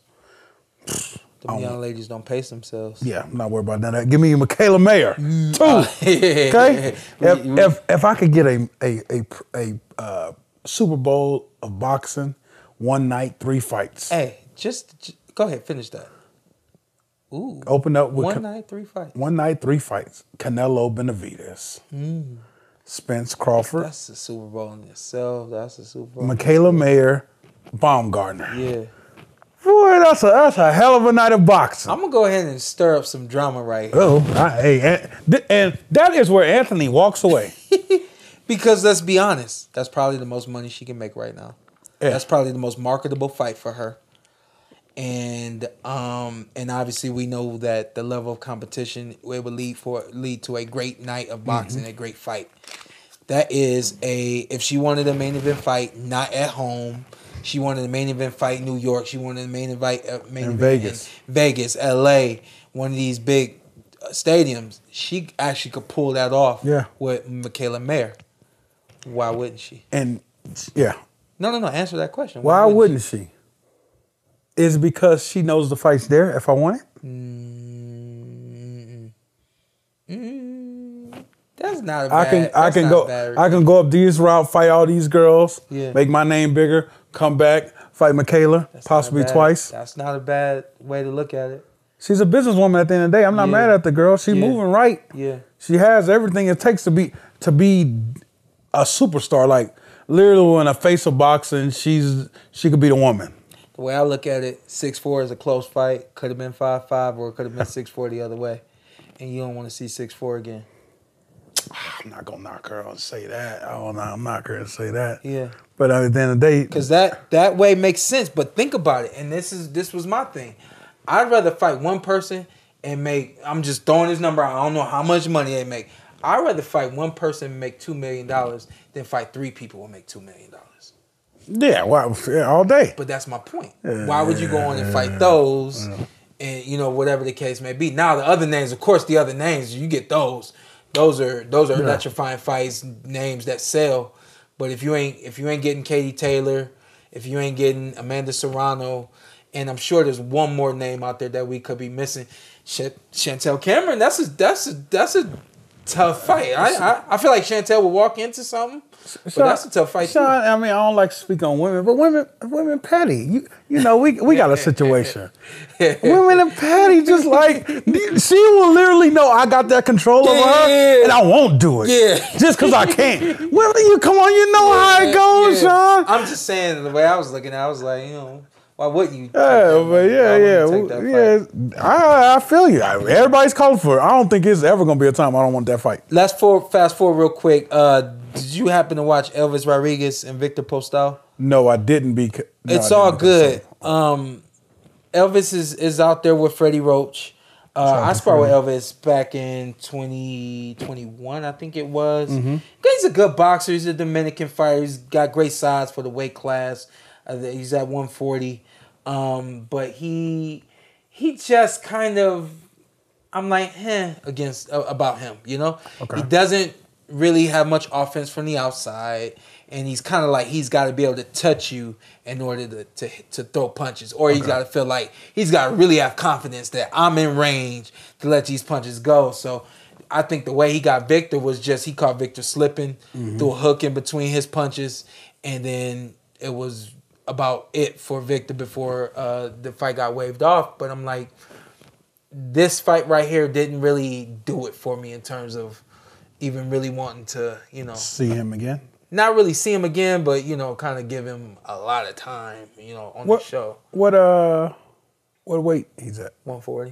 The young ladies don't pace themselves.
Yeah, I'm not worried about none of that. Give me Michaela Mayer.
Mm,
Two.
uh,
okay.
We-
If,
we-
if if I could get a a a, a uh, Super Bowl of boxing, one night, three fights.
Hey, just, j go ahead. Finish that. Ooh.
Open up with
One
Can-
night, three fights.
one night, three fights. Canelo Benavides, Spence Crawford,
Hmm. That's a Super Bowl in itself. That's a Super Bowl.
Michaela Mayer, Baumgartner.
yeah.
Boy, that's a that's a hell of a night of boxing.
I'm gonna go ahead and stir up some drama right here.
oh, I, hey, and, th- and that is where Anthony walks away.
Because let's be honest, that's probably the most money she can make right now.
Yeah.
That's probably the most marketable fight for her. And um and obviously we know that the level of competition it would lead for lead to a great night of boxing,
Mm-hmm.
a great fight. That is a if she wanted a main event fight, not at home. She wanted a main event fight in New York. She wanted a main invite uh, main
In
event
Vegas.
in Vegas, L.A. One of these big uh, stadiums. She actually could pull that off.
Yeah.
With Michaela Mayer. Why wouldn't she?
and yeah,
No, no, no. Answer that question.
Why wouldn't she? Is it because she knows the fight's there if I want it?
she? That's not a
I
bad.
can I
that's
can
not
go
a bad-
I can go up these route, fight all these girls,
Yeah.
make my name bigger, come back, fight Michaela,
that's not
possibly
a bad-
twice.
That's not a bad way to look at it.
She's a businesswoman at the end of the day. I'm not
Yeah.
mad at the girl. She's
Yeah.
moving right.
Yeah.
She has everything it takes to be to be a superstar. Like literally in a face of boxing, she's she could be the woman.
The way I look at it, six four is a close fight. Could have been five five, or it could have been six four the other way. And you don't want to see six four again.
I'm not gonna knock her out and say that. Oh no, I'm not gonna say that.
Yeah.
But at the end of the day,
Cause that that way makes sense. But think about it, and this is this was my thing. I'd rather fight one person and make. I'm just throwing this number. out. I don't know how much money they make. I'd rather fight one person and make two million dollars than fight three people and make two million dollars.
yeah, well, yeah, all day.
But that's my point. Why would you go on and fight those? And you know whatever the case may be. Now the other names, of course, the other names you get those. Those are those are electrifying fights names that sell. But if you ain't if you ain't getting Katie Taylor, if you ain't getting Amanda Serrano, and I'm sure there's one more name out there that we could be missing. Shit, Chantel Cameron. That's a that's a that's a tough fight. I I, I feel like Chantel will walk into something. But that's a tough fight.
Sean,
too.
I mean, I don't like to speak on women, but women, women petty. You, you know, we we got a situation. women are petty, just like she will literally know I got that control over her,
Yeah.
and I won't do it.
Yeah.
just because I can't. Women, you come on, you know how it
Yeah,
goes,
yeah.
Sean.
I'm just saying the way I was looking at, it, I was like, you know, why wouldn't you? take
Yeah,
that
but
one?
yeah,
Why
yeah,
wouldn't you take
w-
that
yeah.
fight?
I, I feel you. I- everybody's calling for it. I don't think it's ever gonna be a time I don't want that fight.
Let's for fast forward real quick. Uh, did you happen to watch Elvis Rodriguez and Victor Postal?
No, I didn't be. no,
it's
I
all
didn't.
good. Um, Elvis is, is out there with Freddie Roach. Uh, I sparred with Elvis back in 2021, I think it was. He's a good boxer. He's a Dominican fighter. He's got great size for the weight class. Uh, he's at 140. Um, but he he just kind of I'm like, eh, against uh, about him. You know, he doesn't really have much offense from the outside, and he's kind of like he's got to be able to touch you in order to to, to throw punches, or he's got to feel like he's got to really have confidence that I'm in range to let these punches go. So. I think the way he got Victor was just he caught Victor slipping, threw a hook in between his punches, and then it was about it for Victor before uh, the fight got waved off. But I'm like, this fight right here didn't really do it for me in terms of even really wanting to, you know,
See him again.
not really see him again, but you know, kind of give him a lot of time, you know, on
What
the show.
What uh, what weight he's at?
140.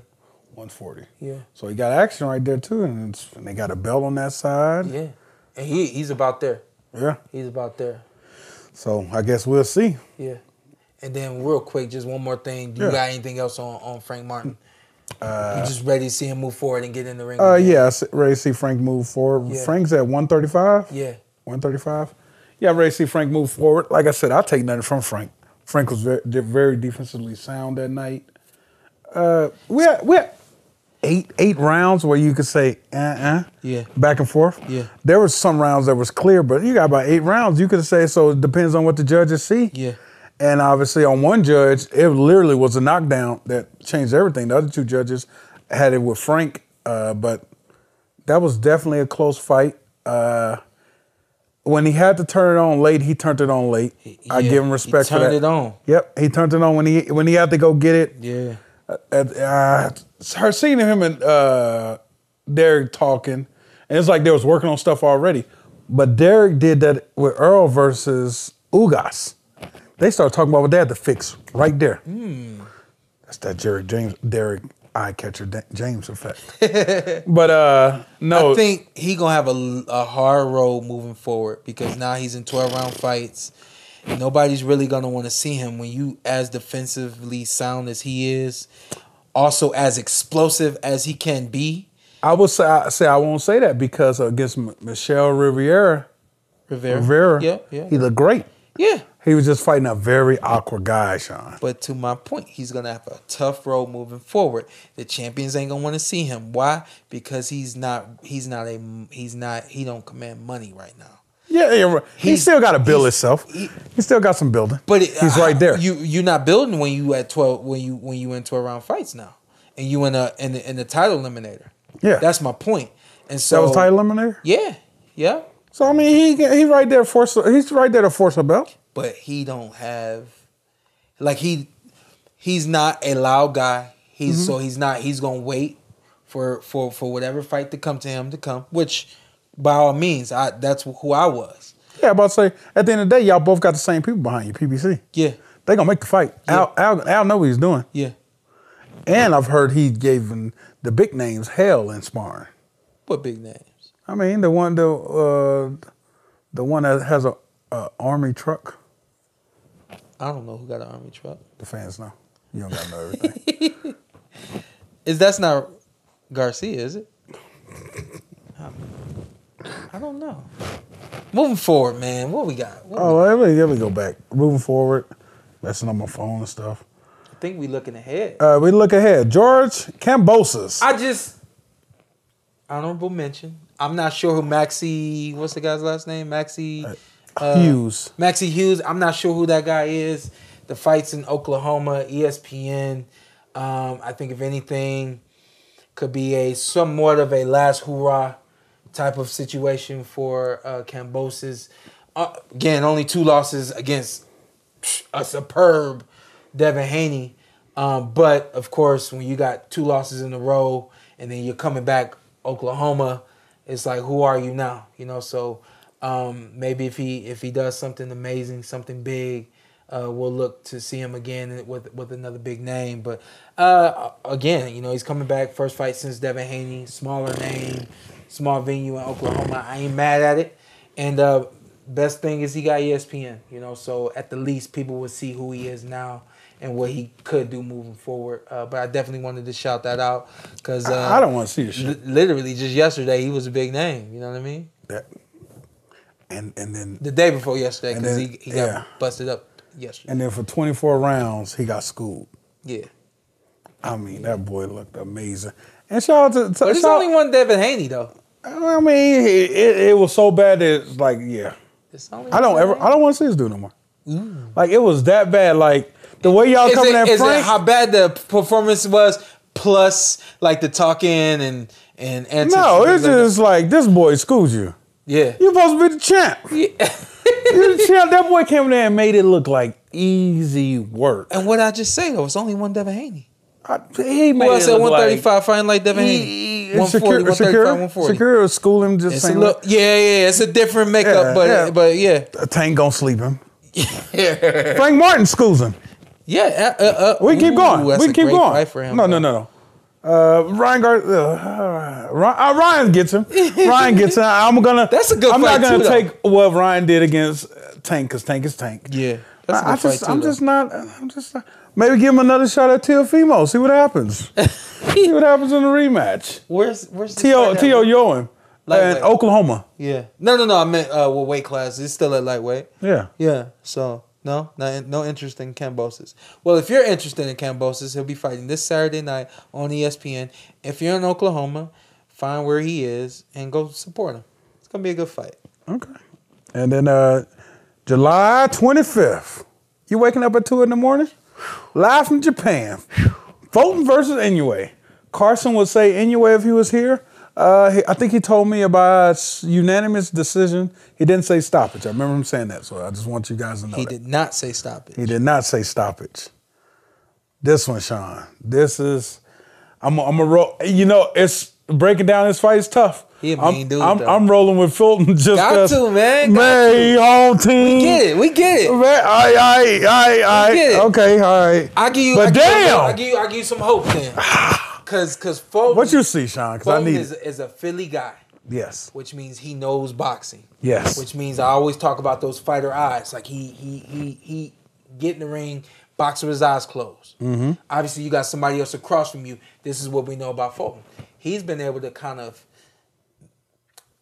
140.
Yeah.
So he got action right there too, and, it's, and they got a belt on that side.
Yeah. And he he's about there.
Yeah.
He's about there.
So I guess we'll see.
Yeah. And then real quick, just one more thing. Do you
Yeah.
got anything else on, on Frank Martin? you just ready to see him move forward and get in the ring?
Uh,
again?
yeah, I s- ready to see Frank move forward.
Yeah.
Frank's at 135.
Yeah.
135. Yeah, I'm ready to see Frank move forward. Like I said, I'll take nothing from Frank. Frank was very, very defensively sound that night. Uh, we had, we had eight eight rounds where you could say uh uh
Yeah.
back and forth.
Yeah.
there was some rounds that was clear, but you got about eight rounds. You could say so. It depends on what the judges see.
Yeah.
And obviously, on one judge, it literally was a knockdown that changed everything. The other two judges had it with Frank, uh, but that was definitely a close fight. Uh, when he had to turn it on late, he turned it on late. I
yeah,
give
he
him respect for
turned
that.
it on.
Yep, he turned it on when he when he had to go get it.
Yeah.
Uh, uh, her seeing him and uh, Derek talking, and it's like they was working on stuff already. But Derek did that with Earl versus Ugas. They started talking about what they had to fix right there.
Hmm.
That's that Jerry James, Derek eye catcher Da- James effect. but uh, no,
I think he gonna have a, a hard road moving forward because now he's in twelve round fights. Nobody's really gonna want to see him when you as defensively sound as he is, also as explosive as he can be.
I would say I, say I won't say that because against M- Michelle Riviera,
Rivera,
Rivera,
Mm-hmm. yeah, yeah,
he looked great.
yeah.
He was just fighting a very awkward guy, Sean.
But to my point, he's gonna have a tough road moving forward. The champions ain't gonna want to see him. Why? Because he's not. He's not a. He's not. He don't command money right now.
Yeah, yeah right. he
He's-
still got to build
he's-
himself.
he-
He, still got some building.
But it,
he's right there.
You you're not building when you at twelve when you when you in twelve round fights now, and you in a in the, in the title eliminator.
Yeah.
that's my point. And so
that was title eliminator.
Yeah, yeah.
So I mean, he he right there force. He's right there to force a belt.
But he don't have, like he he's not a loud guy. He's
Mm-hmm.
so he's not. He's gonna wait for for for whatever fight to come to him to come. Which by all means, I that's who I was.
Yeah, about to say at the end of the day, y'all both got the same people behind you, PBC.
Yeah,
They gonna make the fight. Al, Al, Al know what he's doing,
yeah.
and I've heard he gave him the big names hell in sparring.
What big names?
I mean, the one the uh, the one that has a, a army truck.
I don't know who got an army truck.
The fans know. You don't gotta know everything.
Is that's not Garcia, is it? I don't know. Moving forward, man. What we got? What
oh, let me, let me go back. Moving forward, messing on my phone and stuff.
we- I think we looking ahead.
Uh, we look ahead. George Cambosis.
I just honorable mention. I'm not sure who Maxi. What's the guy's last name? Maxi uh,
Hughes.
Maxi Hughes. I'm not sure who that guy is. The fights in Oklahoma, E ESPN. Um, I think if anything, could be a somewhat of a last hurrah type of situation for uh, Cambosis. Uh, again, only two losses against a superb Devin Haney. Um, but of course, when you got two losses in a row and then you're coming back Oklahoma, it's like who are you now? You know, so um, maybe if he if he does something amazing, something big, uh, we'll look to see him again with with another big name. But uh, again, you know, he's coming back first fight since Devin Haney, smaller name, small venue in Oklahoma. I ain't mad at it. And uh, best thing is he got E ESPN, you know, so at the least people will see who he is now and what he could do moving forward. Uh, but I definitely wanted to shout that out because uh,
I don't want to see this shit.
li- literally just yesterday he was a big name. You know what I mean?
That- and and then
The day before yesterday
And
because
then-
he, he got
yeah.
busted up yesterday.
and then for 24 rounds, he got schooled.
yeah,
I mean, that boy looked amazing. And shout out to, to
but it's
shout-
only one Devin Haney though.
I mean, it, it, it was so bad that it's like, yeah,
It's only
I don't
one
ever,
Devin
I don't want to see this dude no more. Like it was that bad. Like the way y'all
Haney.
coming
Mm. Is, it,
at
is it
Frank,
how bad the performance was plus like the talking and and antics
no,
and
it's
things
just like
like that?
this boy schooled you.
yeah.
You're supposed to be the champ. You're the champ. That boy came in there and made it look like easy work.
And what I just say though, it's only one Devin Haney.
I, he made
Who else
it
at
look like-
135 fighting like Devin Haney?
Secure,
140, 135,
secure,
140.
secure school him just
It's a
saying,
look, yeah, yeah, it's a different makeup,
Yeah,
but
yeah.
but yeah,
look, Tank gonna sleep him. Frank Martin schools him.
yeah. Uh, uh,
We keep
ooh,
going.
that's
we
a
keep
great
going.
fight for him,
no, no,
though.
no, no. Uh, Ryan Gar- uh, Ryan, uh, Ryan gets him. Ryan gets him. I'm gonna.
That's a good
I'm not
fight,
gonna
too, though.
take what Ryan did against uh, Tank because Tank is Tank.
Yeah, that's a
I, I
good fight,
just,
too,
I'm
though.
just not. I'm just not. Maybe give him another shot at Teofimo. See what happens. see what happens in the rematch.
Where's where's this
T.O.
fight at?
T.O. Yoan
Lightweight.
and Oklahoma.
Yeah, no, no, no. I meant uh, well, weight class. It's still at lightweight.
Yeah.
Yeah. So no, not, no interest in Cambosis. Well, if you're interested in Cambosis, he'll be fighting this Saturday night on E ESPN. If you're in Oklahoma, find where he is and go support him. It's gonna be a good fight.
Okay. And then uh, July 25th, you waking up at 2 in the morning? Live from Japan. Fulton versus Inoue. Carson would say Inoue if he was here. Uh, he, I think he told me about s- unanimous decision. He didn't say stoppage. I remember him saying that, so I just want you guys to know
He
that.
did not say stop it.
He did not say stoppage. This one, Sean. This is I'm a, I'm a roll. You know, it's breaking down this fight is tough.
He a
I'm,
mean dude,
I'm,
though.
I'm rolling with Fulton just
Got
'cause-
to, man. Got
Man,
to.
he home team.
Get it? We get it.
Man, I, I, I,
We get it.
I. Okay, all right.
I give you.
But
I give You, I
damn,
give you. I give you some hope then. Cause, cause Fulton.
what you see, Sean? Because I
Fulton
need
is,
it.
is a Philly guy,
Yes,
which means he knows boxing.
yes.
Which means I always talk about those fighter eyes. Like he he he he get in the ring, boxer with his eyes closed. Mm-hmm. Obviously, you got somebody else across from you. This is what we know about Fulton. He's been able to kind of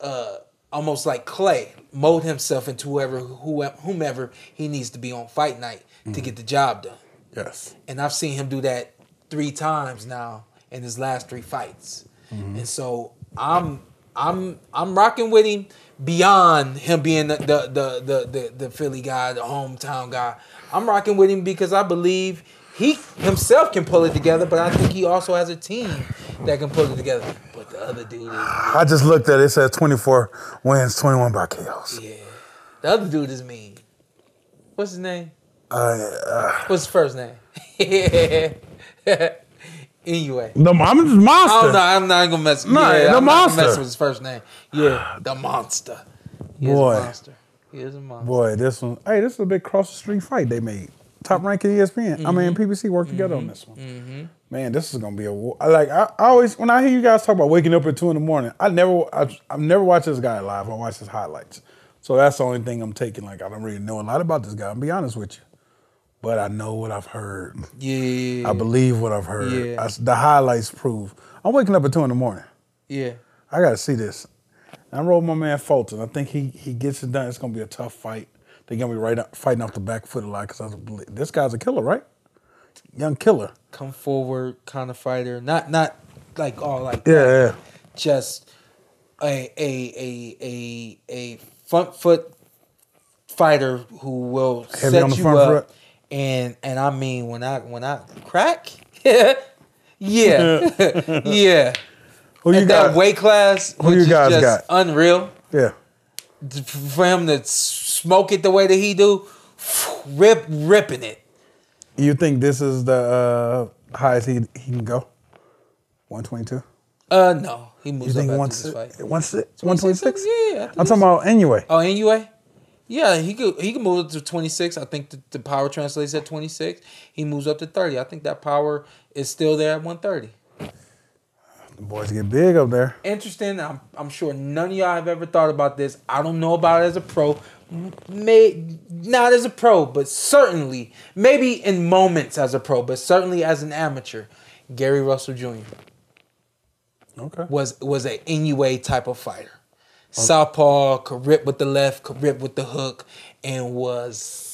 uh, almost like clay mold himself into whoever who, whomever he needs to be on fight night
Mm-hmm.
to get the job done
yes.
and I've seen him do that three times now in his last three fights. And so I'm I'm I'm rocking with him beyond him being the the the the, the, the Philly guy, the hometown guy. I'm rocking with him because I believe he himself can pull it together, but I think he also has a team that can pull it together. But the other dude is
I just looked at it. It says 24 wins, 21 by KOs.
yeah. The other dude is mean. What's his name? What's his first name? anyway.
The I'm just
I
monster.
don't know. I'm not gonna mess.
No, the
yeah, I'm not gonna
monster.
mess with his first name. Yeah, the monster. He is a
Boy.
monster. He is a monster.
Boy, this one. Hey, this is a big cross the street fight they made. Top rank at E ESPN. I
Mm-hmm.
mean, PBC worked together on this one. Man, this is gonna be a war. I Like I, I always when I hear you guys talk about waking up at two in the morning, I never, I, I've never watched this guy live. I watch his highlights. So that's the only thing I'm taking. Like I don't really know a lot about this guy. I'll be honest with you, but I know what I've heard.
Yeah.
I believe what I've heard.
Yeah.
That's- the highlights prove. I'm waking up at two in the morning.
yeah.
I gotta see this. I rolled my man Fulton. I think he he gets it done. It's gonna be a tough fight. They're gonna be right up, fighting off the back foot a lot because this guy's a killer, right? Young killer.
Come forward kind of fighter. Not not like all like
Yeah, yeah.
just a a a a a front foot fighter who will
Heavy
set
on the
you
front
up.
foot.
And and I mean when I when I crack, yeah, yeah.
Who you
and that
got?
weight class,
who
which
you
is
guys
just
got?
unreal.
Yeah.
For him to s- smoke it the way that he do, rip ripping it.
You think this is the uh, highest he he can go? One twenty two.
Uh, no, he
You
moves up
think
after
one
this fight.
one twenty six?
Yeah, I think
I'm talking about anyway.
Oh, anyway, yeah, he could he could move up to twenty six. I think the, the power translates at twenty six. He moves up to thirty. I think that power is still there at one thirty.
The boys get big up there.
Interesting. I'm I'm sure none of y'all have ever thought about this. I don't know about it as a pro, M- may not as a pro, but certainly maybe in moments as a pro, but certainly as an amateur. Gary Russell Jr.
Okay.
was was a NUA type of fighter. Southpaw could rip with the left, could rip with the hook, and was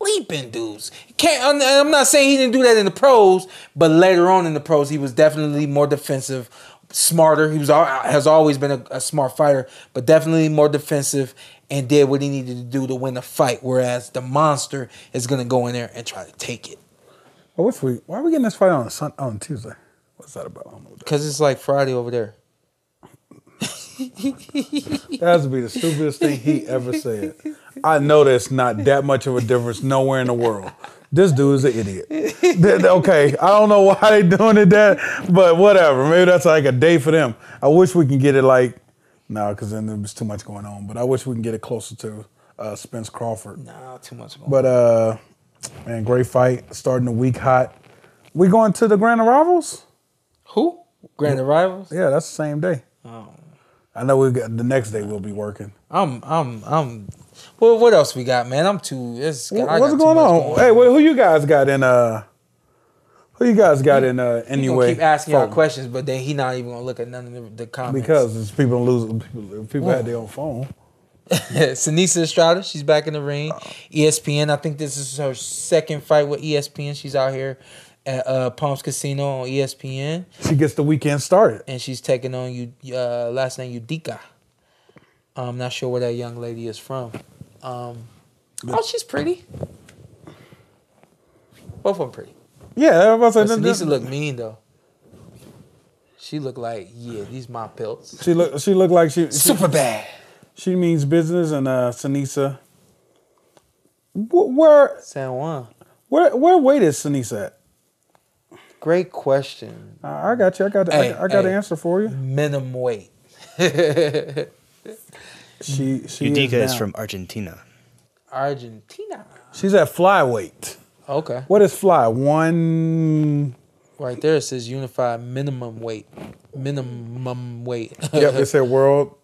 sleeping dudes. Can't. I'm, I'm not saying he didn't do that in the pros, but later on in the pros, he was definitely more defensive, smarter. He was al- has always been a, a smart fighter, but definitely more defensive and did what he needed to do to win a fight. Whereas the monster is gonna go in there and try to take it
I wish we. Why are we getting this fight on a sun on Tuesday? What's that about? I don't know. what
because it's like Friday over there.
That has to be the stupidest thing he ever said. I know that's not that much of a difference nowhere in the world. This dude is an idiot. That- okay, I don't know why they doing it that, but whatever. Maybe that's like a day for them. I wish we can get it like, no, because then there's too much going on. But I wish we can get it closer to uh, Spence Crawford.
Nah, too much. Going
But uh, man, great fight. Starting the week hot. We going to the grand arrivals?
who? Grand arrivals. Oh.
Yeah, that's the same day. I know we got the next day. We'll be working.
I'm I'm I'm. Well, what else we got, man? I'm too. It's, I got
What's
too
going on?
much
Hey, wait, who you guys got in uh who you guys got in uh
He gonna
anyway?
keep asking y'all
phone?
questions, but then he not even gonna look at none of the, the comments.
because it's people losing people, people had their own
Mm.
phone.
Sinisa Estrada, she's back in the ring. E ESPN. I think this is her second fight with E ESPN. She's out here at uh, Palms Casino on E ESPN,
She gets the weekend started.
and she's taking on you. Uh, last name Udica. I'm not sure where that young lady is from. Um, oh, she's pretty. Both of them pretty.
Yeah, I was about
But
to
Sinisa
say
looked mean though. She looked like, yeah, these my pelts.
she look she looked like she, she
Super bad.
she means business and uh Sanisa. Wh- Where
San Juan.
where where weight is Sanisa at?
Great question.
I I got you. I got. I
Hey,
got, I got
hey.
an answer for you.
Minimum weight.
She she
Udica is
now-
from Argentina.
Argentina.
She's at flyweight.
Okay.
What is fly? One.
Right there it says unified minimum weight. Minimum weight.
yep, it said world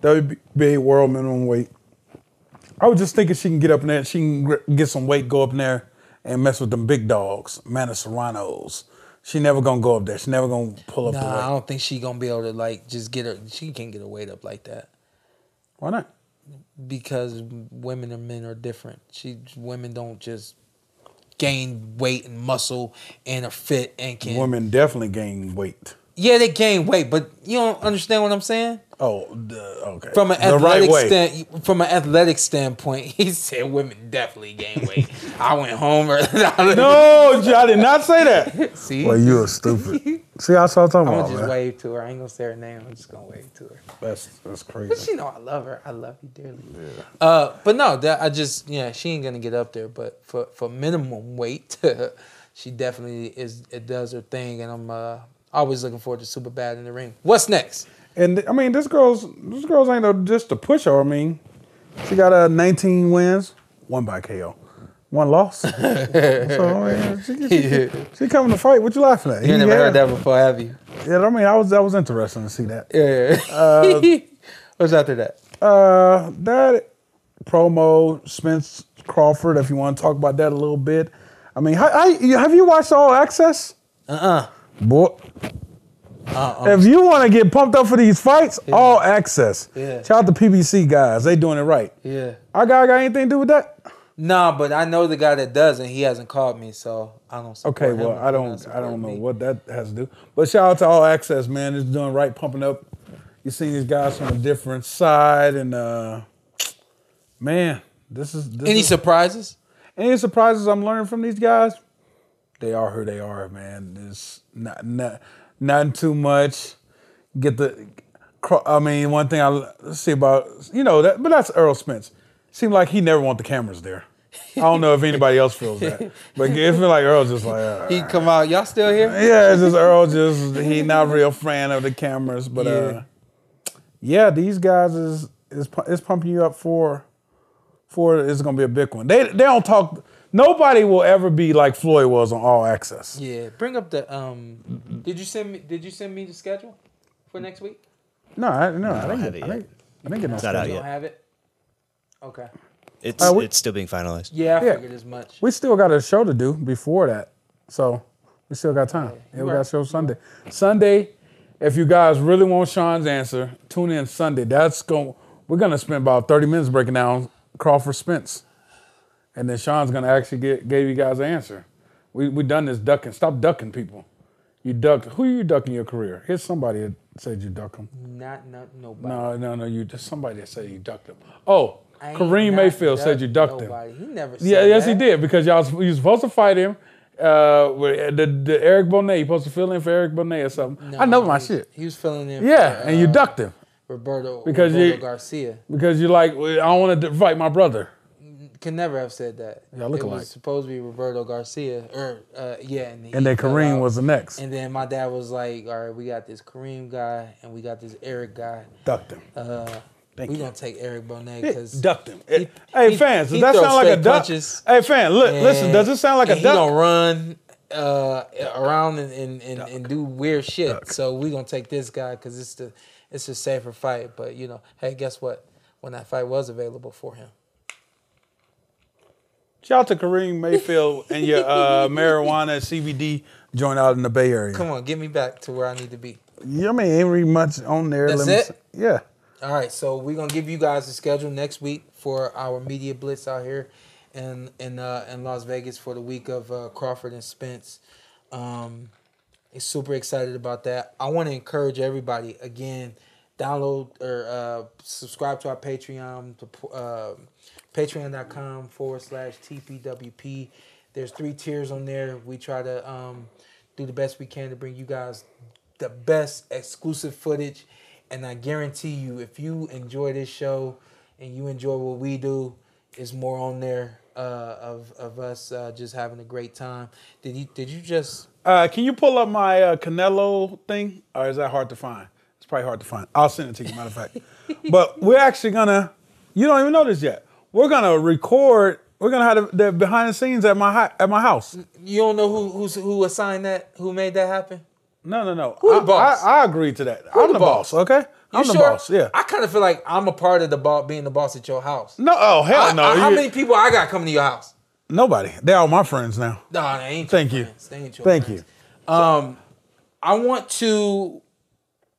WBA world minimum weight. I was just thinking she can get up in there, she can gr- get some weight, go up in there and mess with them big dogs, Manny Serranos. She never gonna go up there. She never gonna pull up
nah, I
the weight.
don't think she gonna be able to like just get her she can't get her weight up like that.
Why not?
Because women and men are different. She women don't just gain weight and muscle and are fit and can
Women definitely gain weight.
Yeah, they gain weight, but you don't understand what I'm saying.
Oh, the, okay.
From an
the right
athletic
way.
stand, from an athletic standpoint, he said women definitely gain weight. I went home. Or,
No, J- I did not say that.
see,
well, you are stupid. See, I saw talking
I'm
about
gonna just
man.
wave to her. I ain't gonna say her name. I'm just gonna wave to her.
That's that's
But
crazy.
she know I love her. I love you dearly. Uh, but no, that I just yeah, she ain't gonna get up there. But for for minimum weight, she definitely is. It does her thing, and I'm uh, always looking forward to super bad in the ring. What's next?
And I mean, this girl's this girl's ain't no just a pusher. I mean, She got uh, 19 wins, one by KO, one loss. so yeah, she, she, she, she coming to fight. What you laughing at?
You ain't never
Yeah.
heard that before, have you?
Yeah, I mean, I was I was interested to see that.
Yeah.
Um,
What's after that?
Uh, that promo Spence Crawford. If you want to talk about that a little bit, I mean, hi, hi, you- have you watched All Access?
Uh-uh.
Uh uh Boy. If you want to get pumped up for these fights, all access.
Yeah.
Shout out to PBC guys, they doing it right.
Yeah.
Our guy got anything to do with that?
Nah, but I know the guy that does, and he hasn't called me, so I don't. Support
Okay,
him
well,
if
I
he
don't,
doesn't
I don't know
support me.
what that has to do. But shout out to All Access, man. It's doing right, pumping up. You see these guys from a different side, and uh, man, this is this
Any
is,
surprises?
any surprises I'm learning from these guys. They are who they are, man. It's not not not too much. Get the, cro- I mean, one thing I see about you know that, but that's Earl Spence. Seemed like he never want the cameras there. I don't know if anybody else feels that, but it feel like Earl's just like. Uh,
He come out. Y'all still here?
yeah, it's just Earl just he not a real fan of the cameras, but uh yeah, these guys is is pu- is pumping you up for for it's gonna be a big one. They they don't talk. Nobody will ever be like Floyd was on All Access.
Yeah. Bring up the um. Did you send me? Did you send me the schedule for next week?
No, I, no, I didn't.
have
get-
it
I
yet.
didn't, I didn't get no.
It's not out
You don't
yet.
have it. Okay.
It's
Uh, we-
it's still being finalized.
Yeah, I
Yeah.
figured as much.
We still got a show to do before that, so we still got time. Yeah, we
Right.
got a show Sunday. Sunday, if you guys really want Sean's answer, tune in Sunday. That's going. We're gonna spend about thirty minutes breaking down Crawford Spence, and then Sean's gonna actually get gave you guys an answer. We we done this ducking. Stop ducking people. You duck. Who you ducking your career? Here's somebody that said you duck them.
Not not nobody.
No, no, no. You just somebody that said you ducked them. Oh,
I ain't
Kareem
not
Mayfield
duck
said you ducked him.
nobody. He never. Said
Yeah, yes, he
that.
did because y'all you was supposed to fight him. Uh, with the, the Eric Bonet, you supposed to fill in for Eric Bonet or something. I know
No,
my
he-
shit.
He was filling in.
Yeah,
for,
and you
uh,
ducked him
Roberto
Because
because Roberto
you-
Garcia
because you're like, "Well, I don't want to fight my brother.
can never have said that.
Y'all look
it
alike.
was supposed to be Roberto Garcia or uh, yeah, and, he
And then
fell
Kareem
out.
was the next.
And then my dad was like, "All right, we got this Kareem guy and we got this Eric guy.
Ducked him.
Uh,
Thank
we
you.
gonna take Eric Bonet
Yeah,
because
ducked him.
he-
hey
he-
fans, does
he
that
throws
sound like a
straight
duck?
punches.
Hey fan, look, listen,
And-
does it sound like
and
a
he
duck?
gonna run uh, around and, and, and, and do weird shit. So we gonna take this guy because it's the it's a safer fight. But you know, hey, guess what? When that fight was available for him,
Shout out to Kareem Mayfield and your uh, marijuana CBD joint out in the Bay Area.
come on, get me back to where I need to be.
You know, I mean, ain't really much on there.
That's
Let me
it?
see. Yeah.
All right, so we're gonna give you guys the schedule next week for our media blitz out here in in uh, in Las Vegas for the week of uh, Crawford and Spence. Um, is super excited about that. I want to encourage everybody again, download or uh, subscribe to our Patreon, to, uh, patreon.com forward slash TPWP. There's three tiers on there. We try to um, do the best we can to bring you guys the best exclusive footage. And I guarantee you, if you enjoy this show and you enjoy what we do, it's more on there uh, of, of us uh, just having a great time. Did you did you just
Uh, can you pull up my uh, Canelo thing, or is that hard to find? It's probably hard to find. I'll send it to you, matter of fact. but we're actually gonna. You don't even know this yet. We're gonna record. We're gonna have the, the behind the scenes at my hi- at my house.
You don't know who who's, who assigned that? Who made that happen?
No, no, no.
Who
I,
the boss?
I, I agree to that. I'm
the
the boss.
boss?
Okay. I'm
You
the
sure?
boss. Yeah.
I kind of feel like I'm a part of the boss, being the boss at your house.
no. Oh hell
I-
no.
I- how
you-
many people I got coming to your house?
Nobody. They're all my friends now.
Nah, they ain't.
Thank
your
you.
friends. They ain't your
Thank
friends.
you.
Um, I want to.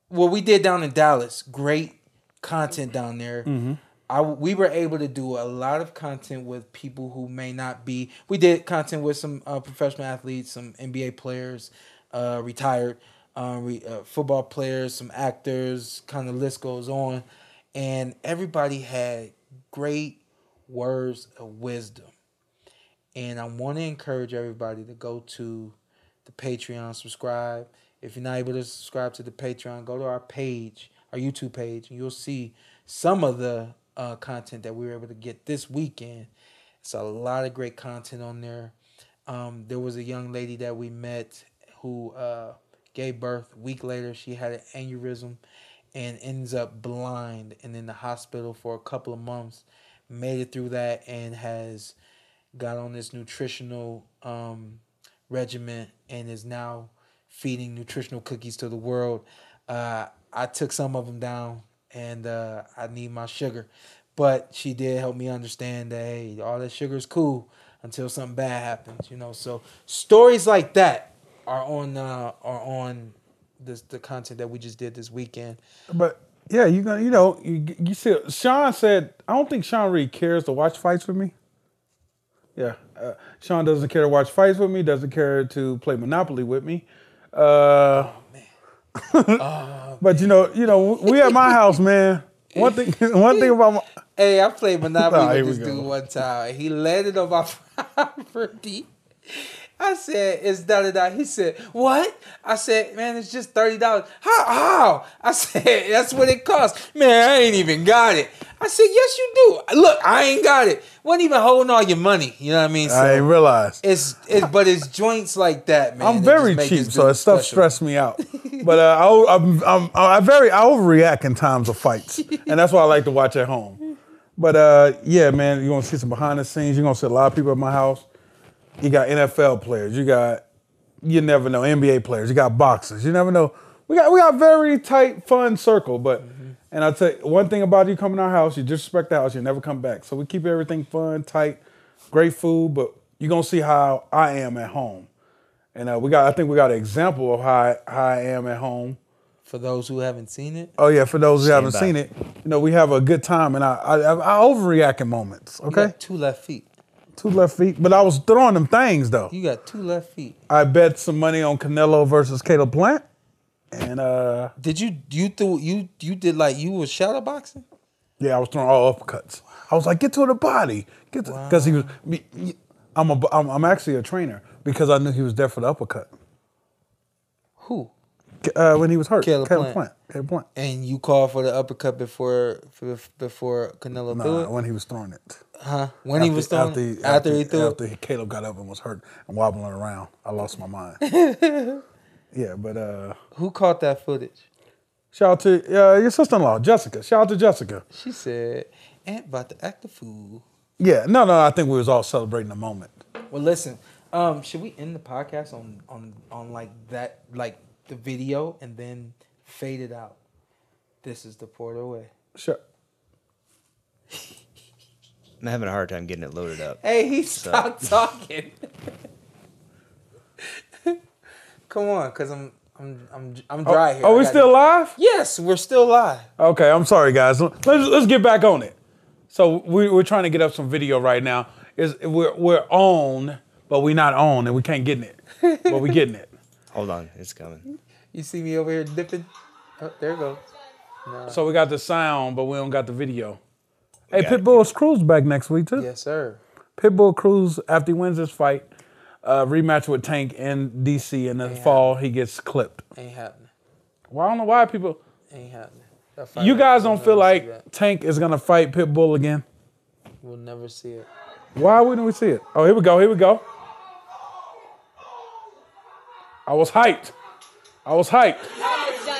What we did down in Dallas, great content down there. I we were able to do a lot of content with people who may not be. We did content with some uh, professional athletes, some NBA players, uh, retired uh, re, uh, football players, some actors. Kind of list goes on, and everybody had great words of wisdom. And I want to encourage everybody to go to the Patreon, subscribe. If you're not able to subscribe to the Patreon, go to our page, our YouTube page, and you'll see some of the uh, content that we were able to get this weekend. It's a lot of great content on there. Um, there was a young lady that we met who uh, gave birth. A week later, she had an aneurysm and ends up blind and in the hospital for a couple of months made it through that and has got on this nutritional um, regimen and is now feeding nutritional cookies to the world. Uh, I took some of them down and uh, I need my sugar. But she did help me understand that hey, all that sugar is cool until something bad happens, you know. So stories like that are on uh, are on this the content that we just did this weekend.
But yeah, you gonna you know you, you see Sean said I don't think Sean really cares to watch fights with me. Yeah, uh, Sean doesn't care to watch fights with me. Doesn't care to play Monopoly with me. Uh, but you know, you know, we at my house, man. One thing, one thing about my,
Hey, I played Monopoly
Nah, here
with
we
this
go.
dude one time. He landed on my property. I said, it's da da da. He said, what? I said, man, it's just $30. How? How? I said, that's what it costs. Man, I ain't even got it. I said, yes, you do. Look, I ain't got it. Wasn't even holding all your money. You know what I mean? So
I ain't realize.
it's, it's, but it's joints like that, man.
I'm
that
very
just make
cheap,
this
so
dude
that stuff
special.
stressed me out. But uh, I, I'm, I'm, i very I overreact in times of fights, and that's why I like to watch at home. But uh, yeah, man, you're gonna see some behind the scenes. You're gonna see a lot of people at my house. You got NFL players. You got you never know NBA players. You got boxers. You never know. We got we got very tight, fun circle. But and I tell you, one thing about you coming to our house, you disrespect the house, you never come back. So we keep everything fun, tight, great food. But you're gonna see how I am at home. And uh, we got, I think we got an example of how I, how I am at home.
For those who haven't seen it,
Oh yeah, for those who haven't
by.
seen it, you know we have a good time, and I I, I overreact in moments.
you
Okay,
got two left feet.
two left feet, but I was throwing them things though.
You got two left feet.
I bet some money on Canelo versus Caleb Plant, and uh,
Did you you threw you you did like you was shadow boxing?
yeah, I was throwing all uppercuts. I was like, get to the body, get because he was. me- me- I'm a I'm, I'm actually a trainer because I knew he was there for the uppercut
Who?
uh, when he was hurt.
Caleb
Caleb
Plant.
Plant. Caleb Plant.
And you called for the uppercut before for, before Canelo threw
Nah,
it?
when he was throwing it.
huh? When he
After-
was throwing
after,
it?
after,
after, he threw
after
it.
Caleb got up and was hurt and wobbling around. I lost my mind. yeah, but uh,
Who caught that footage?
shout out to uh, your sister-in-law, Jessica. Shout out to Jessica.
She said, "Aunt about to act a fool."
Yeah, no, no, I think we was all celebrating the moment.
Well, listen. Um, should we end the podcast on on on like that, like the video, and then fade it out? This is the port away.
Sure.
I'm having a hard time getting it loaded up.
Hey, he stopped talking. Come on, cause I'm I'm I'm I'm dry here.
Are
I
Oh, we
got-
still live?
Yes, we're still live.
Okay, I'm sorry, guys. Let's let's get back on it. So we, we're trying to get up some video right now. Is we're we're on, but we're not on, and we can't get in it, but we getting it.
Hold on, it's coming.
You see me over here dipping. Oh, there you go.
So we got the sound, but we don't got the video. Hey,
got it.
Pitbull's Crew's back next week too.
Yes, sir.
Pitbull Cruz after he wins this fight, uh, rematch with Tank in DC in the fall, he gets clipped.
Ain't happening.
Well, I don't know why people.
Ain't happening. That fight
You
ain't
guys
happening.
don't feel
We'll never see
like Tank is gonna fight Pitbull again.
that. we'll never see it.
Why wouldn't we see it? Oh, here we go. Here we go. I was hyped. I was hyped.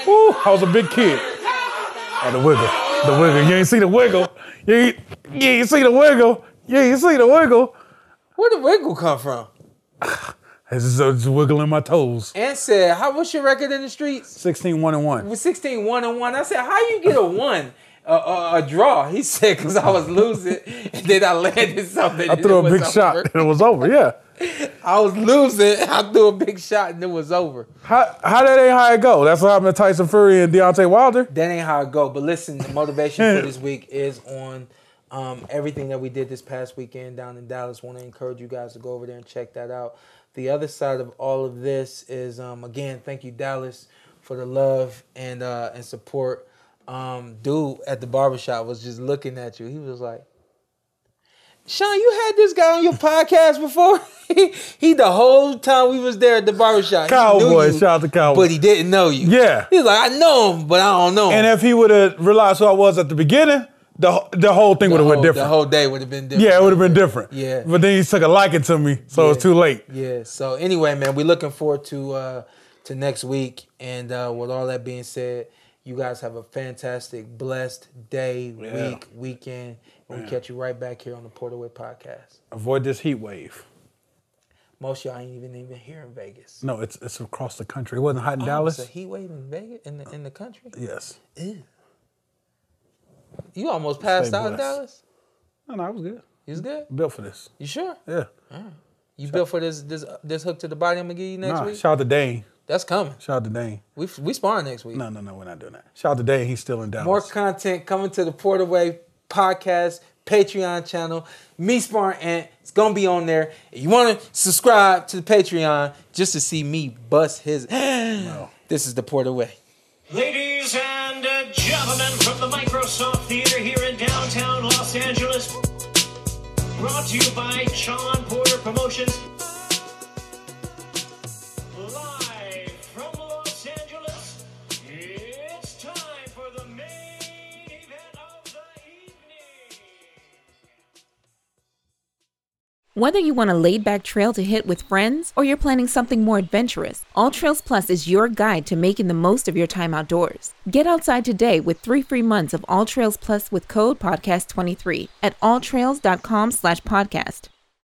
Woo, I was a big kid. Oh, the wiggle. The wiggle. You ain't see the wiggle. You ain't, you ain't see the wiggle. You ain't see the wiggle.
Where did Wiggle come from?
It's just, it's wiggling my toes.
And said, "How what's your record in the streets?"
16 1 and 1.
With 16 one and one. I said, "How you get a one?" A, a, a draw, he said, because I was losing, and then I landed something.
I
and
threw
it
a
was
big shot
over.
and it was over. Yeah.
I was losing. I threw a big shot and it was over.
How how that ain't how it go? That's what happened to Tyson Fury and Deontay Wilder.
That ain't how it go. But listen, the motivation for this week is on um, everything that we did this past weekend down in Dallas. Want to encourage you guys to go over there and check that out. The other side of all of this is um, again, thank you Dallas for the love and uh, and support. Um, dude at the barbershop was just looking at you. He was like. Sean, you had this guy on your podcast before. he, he the whole time we was there at the barbershop. he knew
Cowboy,
you,
shout out to Cowboy.
But he didn't know you.
Yeah.
He's like, I know him, but I don't know him.
And if he would have realized who I was at the beginning, the wh- the whole thing would have
whole,
went different.
The whole day would have been different.
yeah, it would have been different.
Yeah.
But then he took a liking to me, so it's
Yeah.
too late.
Yeah. So anyway, man, we're looking forward to uh to next week. And uh with all that being said, You guys have a fantastic, blessed day,
Yeah.
week, weekend. And we
Yeah.
catch you right back here on the Portaway Podcast.
Avoid this heat wave.
Most of y'all ain't even even here in Vegas.
No, it's it's across the country. It wasn't
Oh,
hot in Dallas.
It's a heat wave in Vegas in the in the country.
yes.
You almost passed out,
blessed. Mm.
Dallas.
No, no, I was good.
You was good.
Built for this.
You sure?
Yeah.
You built for this this this hook to the body I'm gonna give you next
nah,
week.
shout out to Dane.
That's coming.
Shout out to Dane.
We we sparring next week.
No, no, no, we're not doing that. Shout out to Dane. He's still in Dallas.
More content coming to the Portaway Podcast Patreon channel. Me sparring Ant. It's gonna be on there. If you wanna subscribe to the Patreon just to see me bust his. This is the Portaway.
Ladies and uh, gentlemen, from the Microsoft Theater here in downtown Los Angeles, brought to you by Sean Porter Promotions. Live from Los Angeles, it's time for the main event of the evening.
Whether you want a laid back trail to hit with friends or you're planning something more adventurous, All Trails Plus is your guide to making the most of your time outdoors. Get outside today with three free months of All Trails Plus with code podcast23 at alltrails.com slash podcast.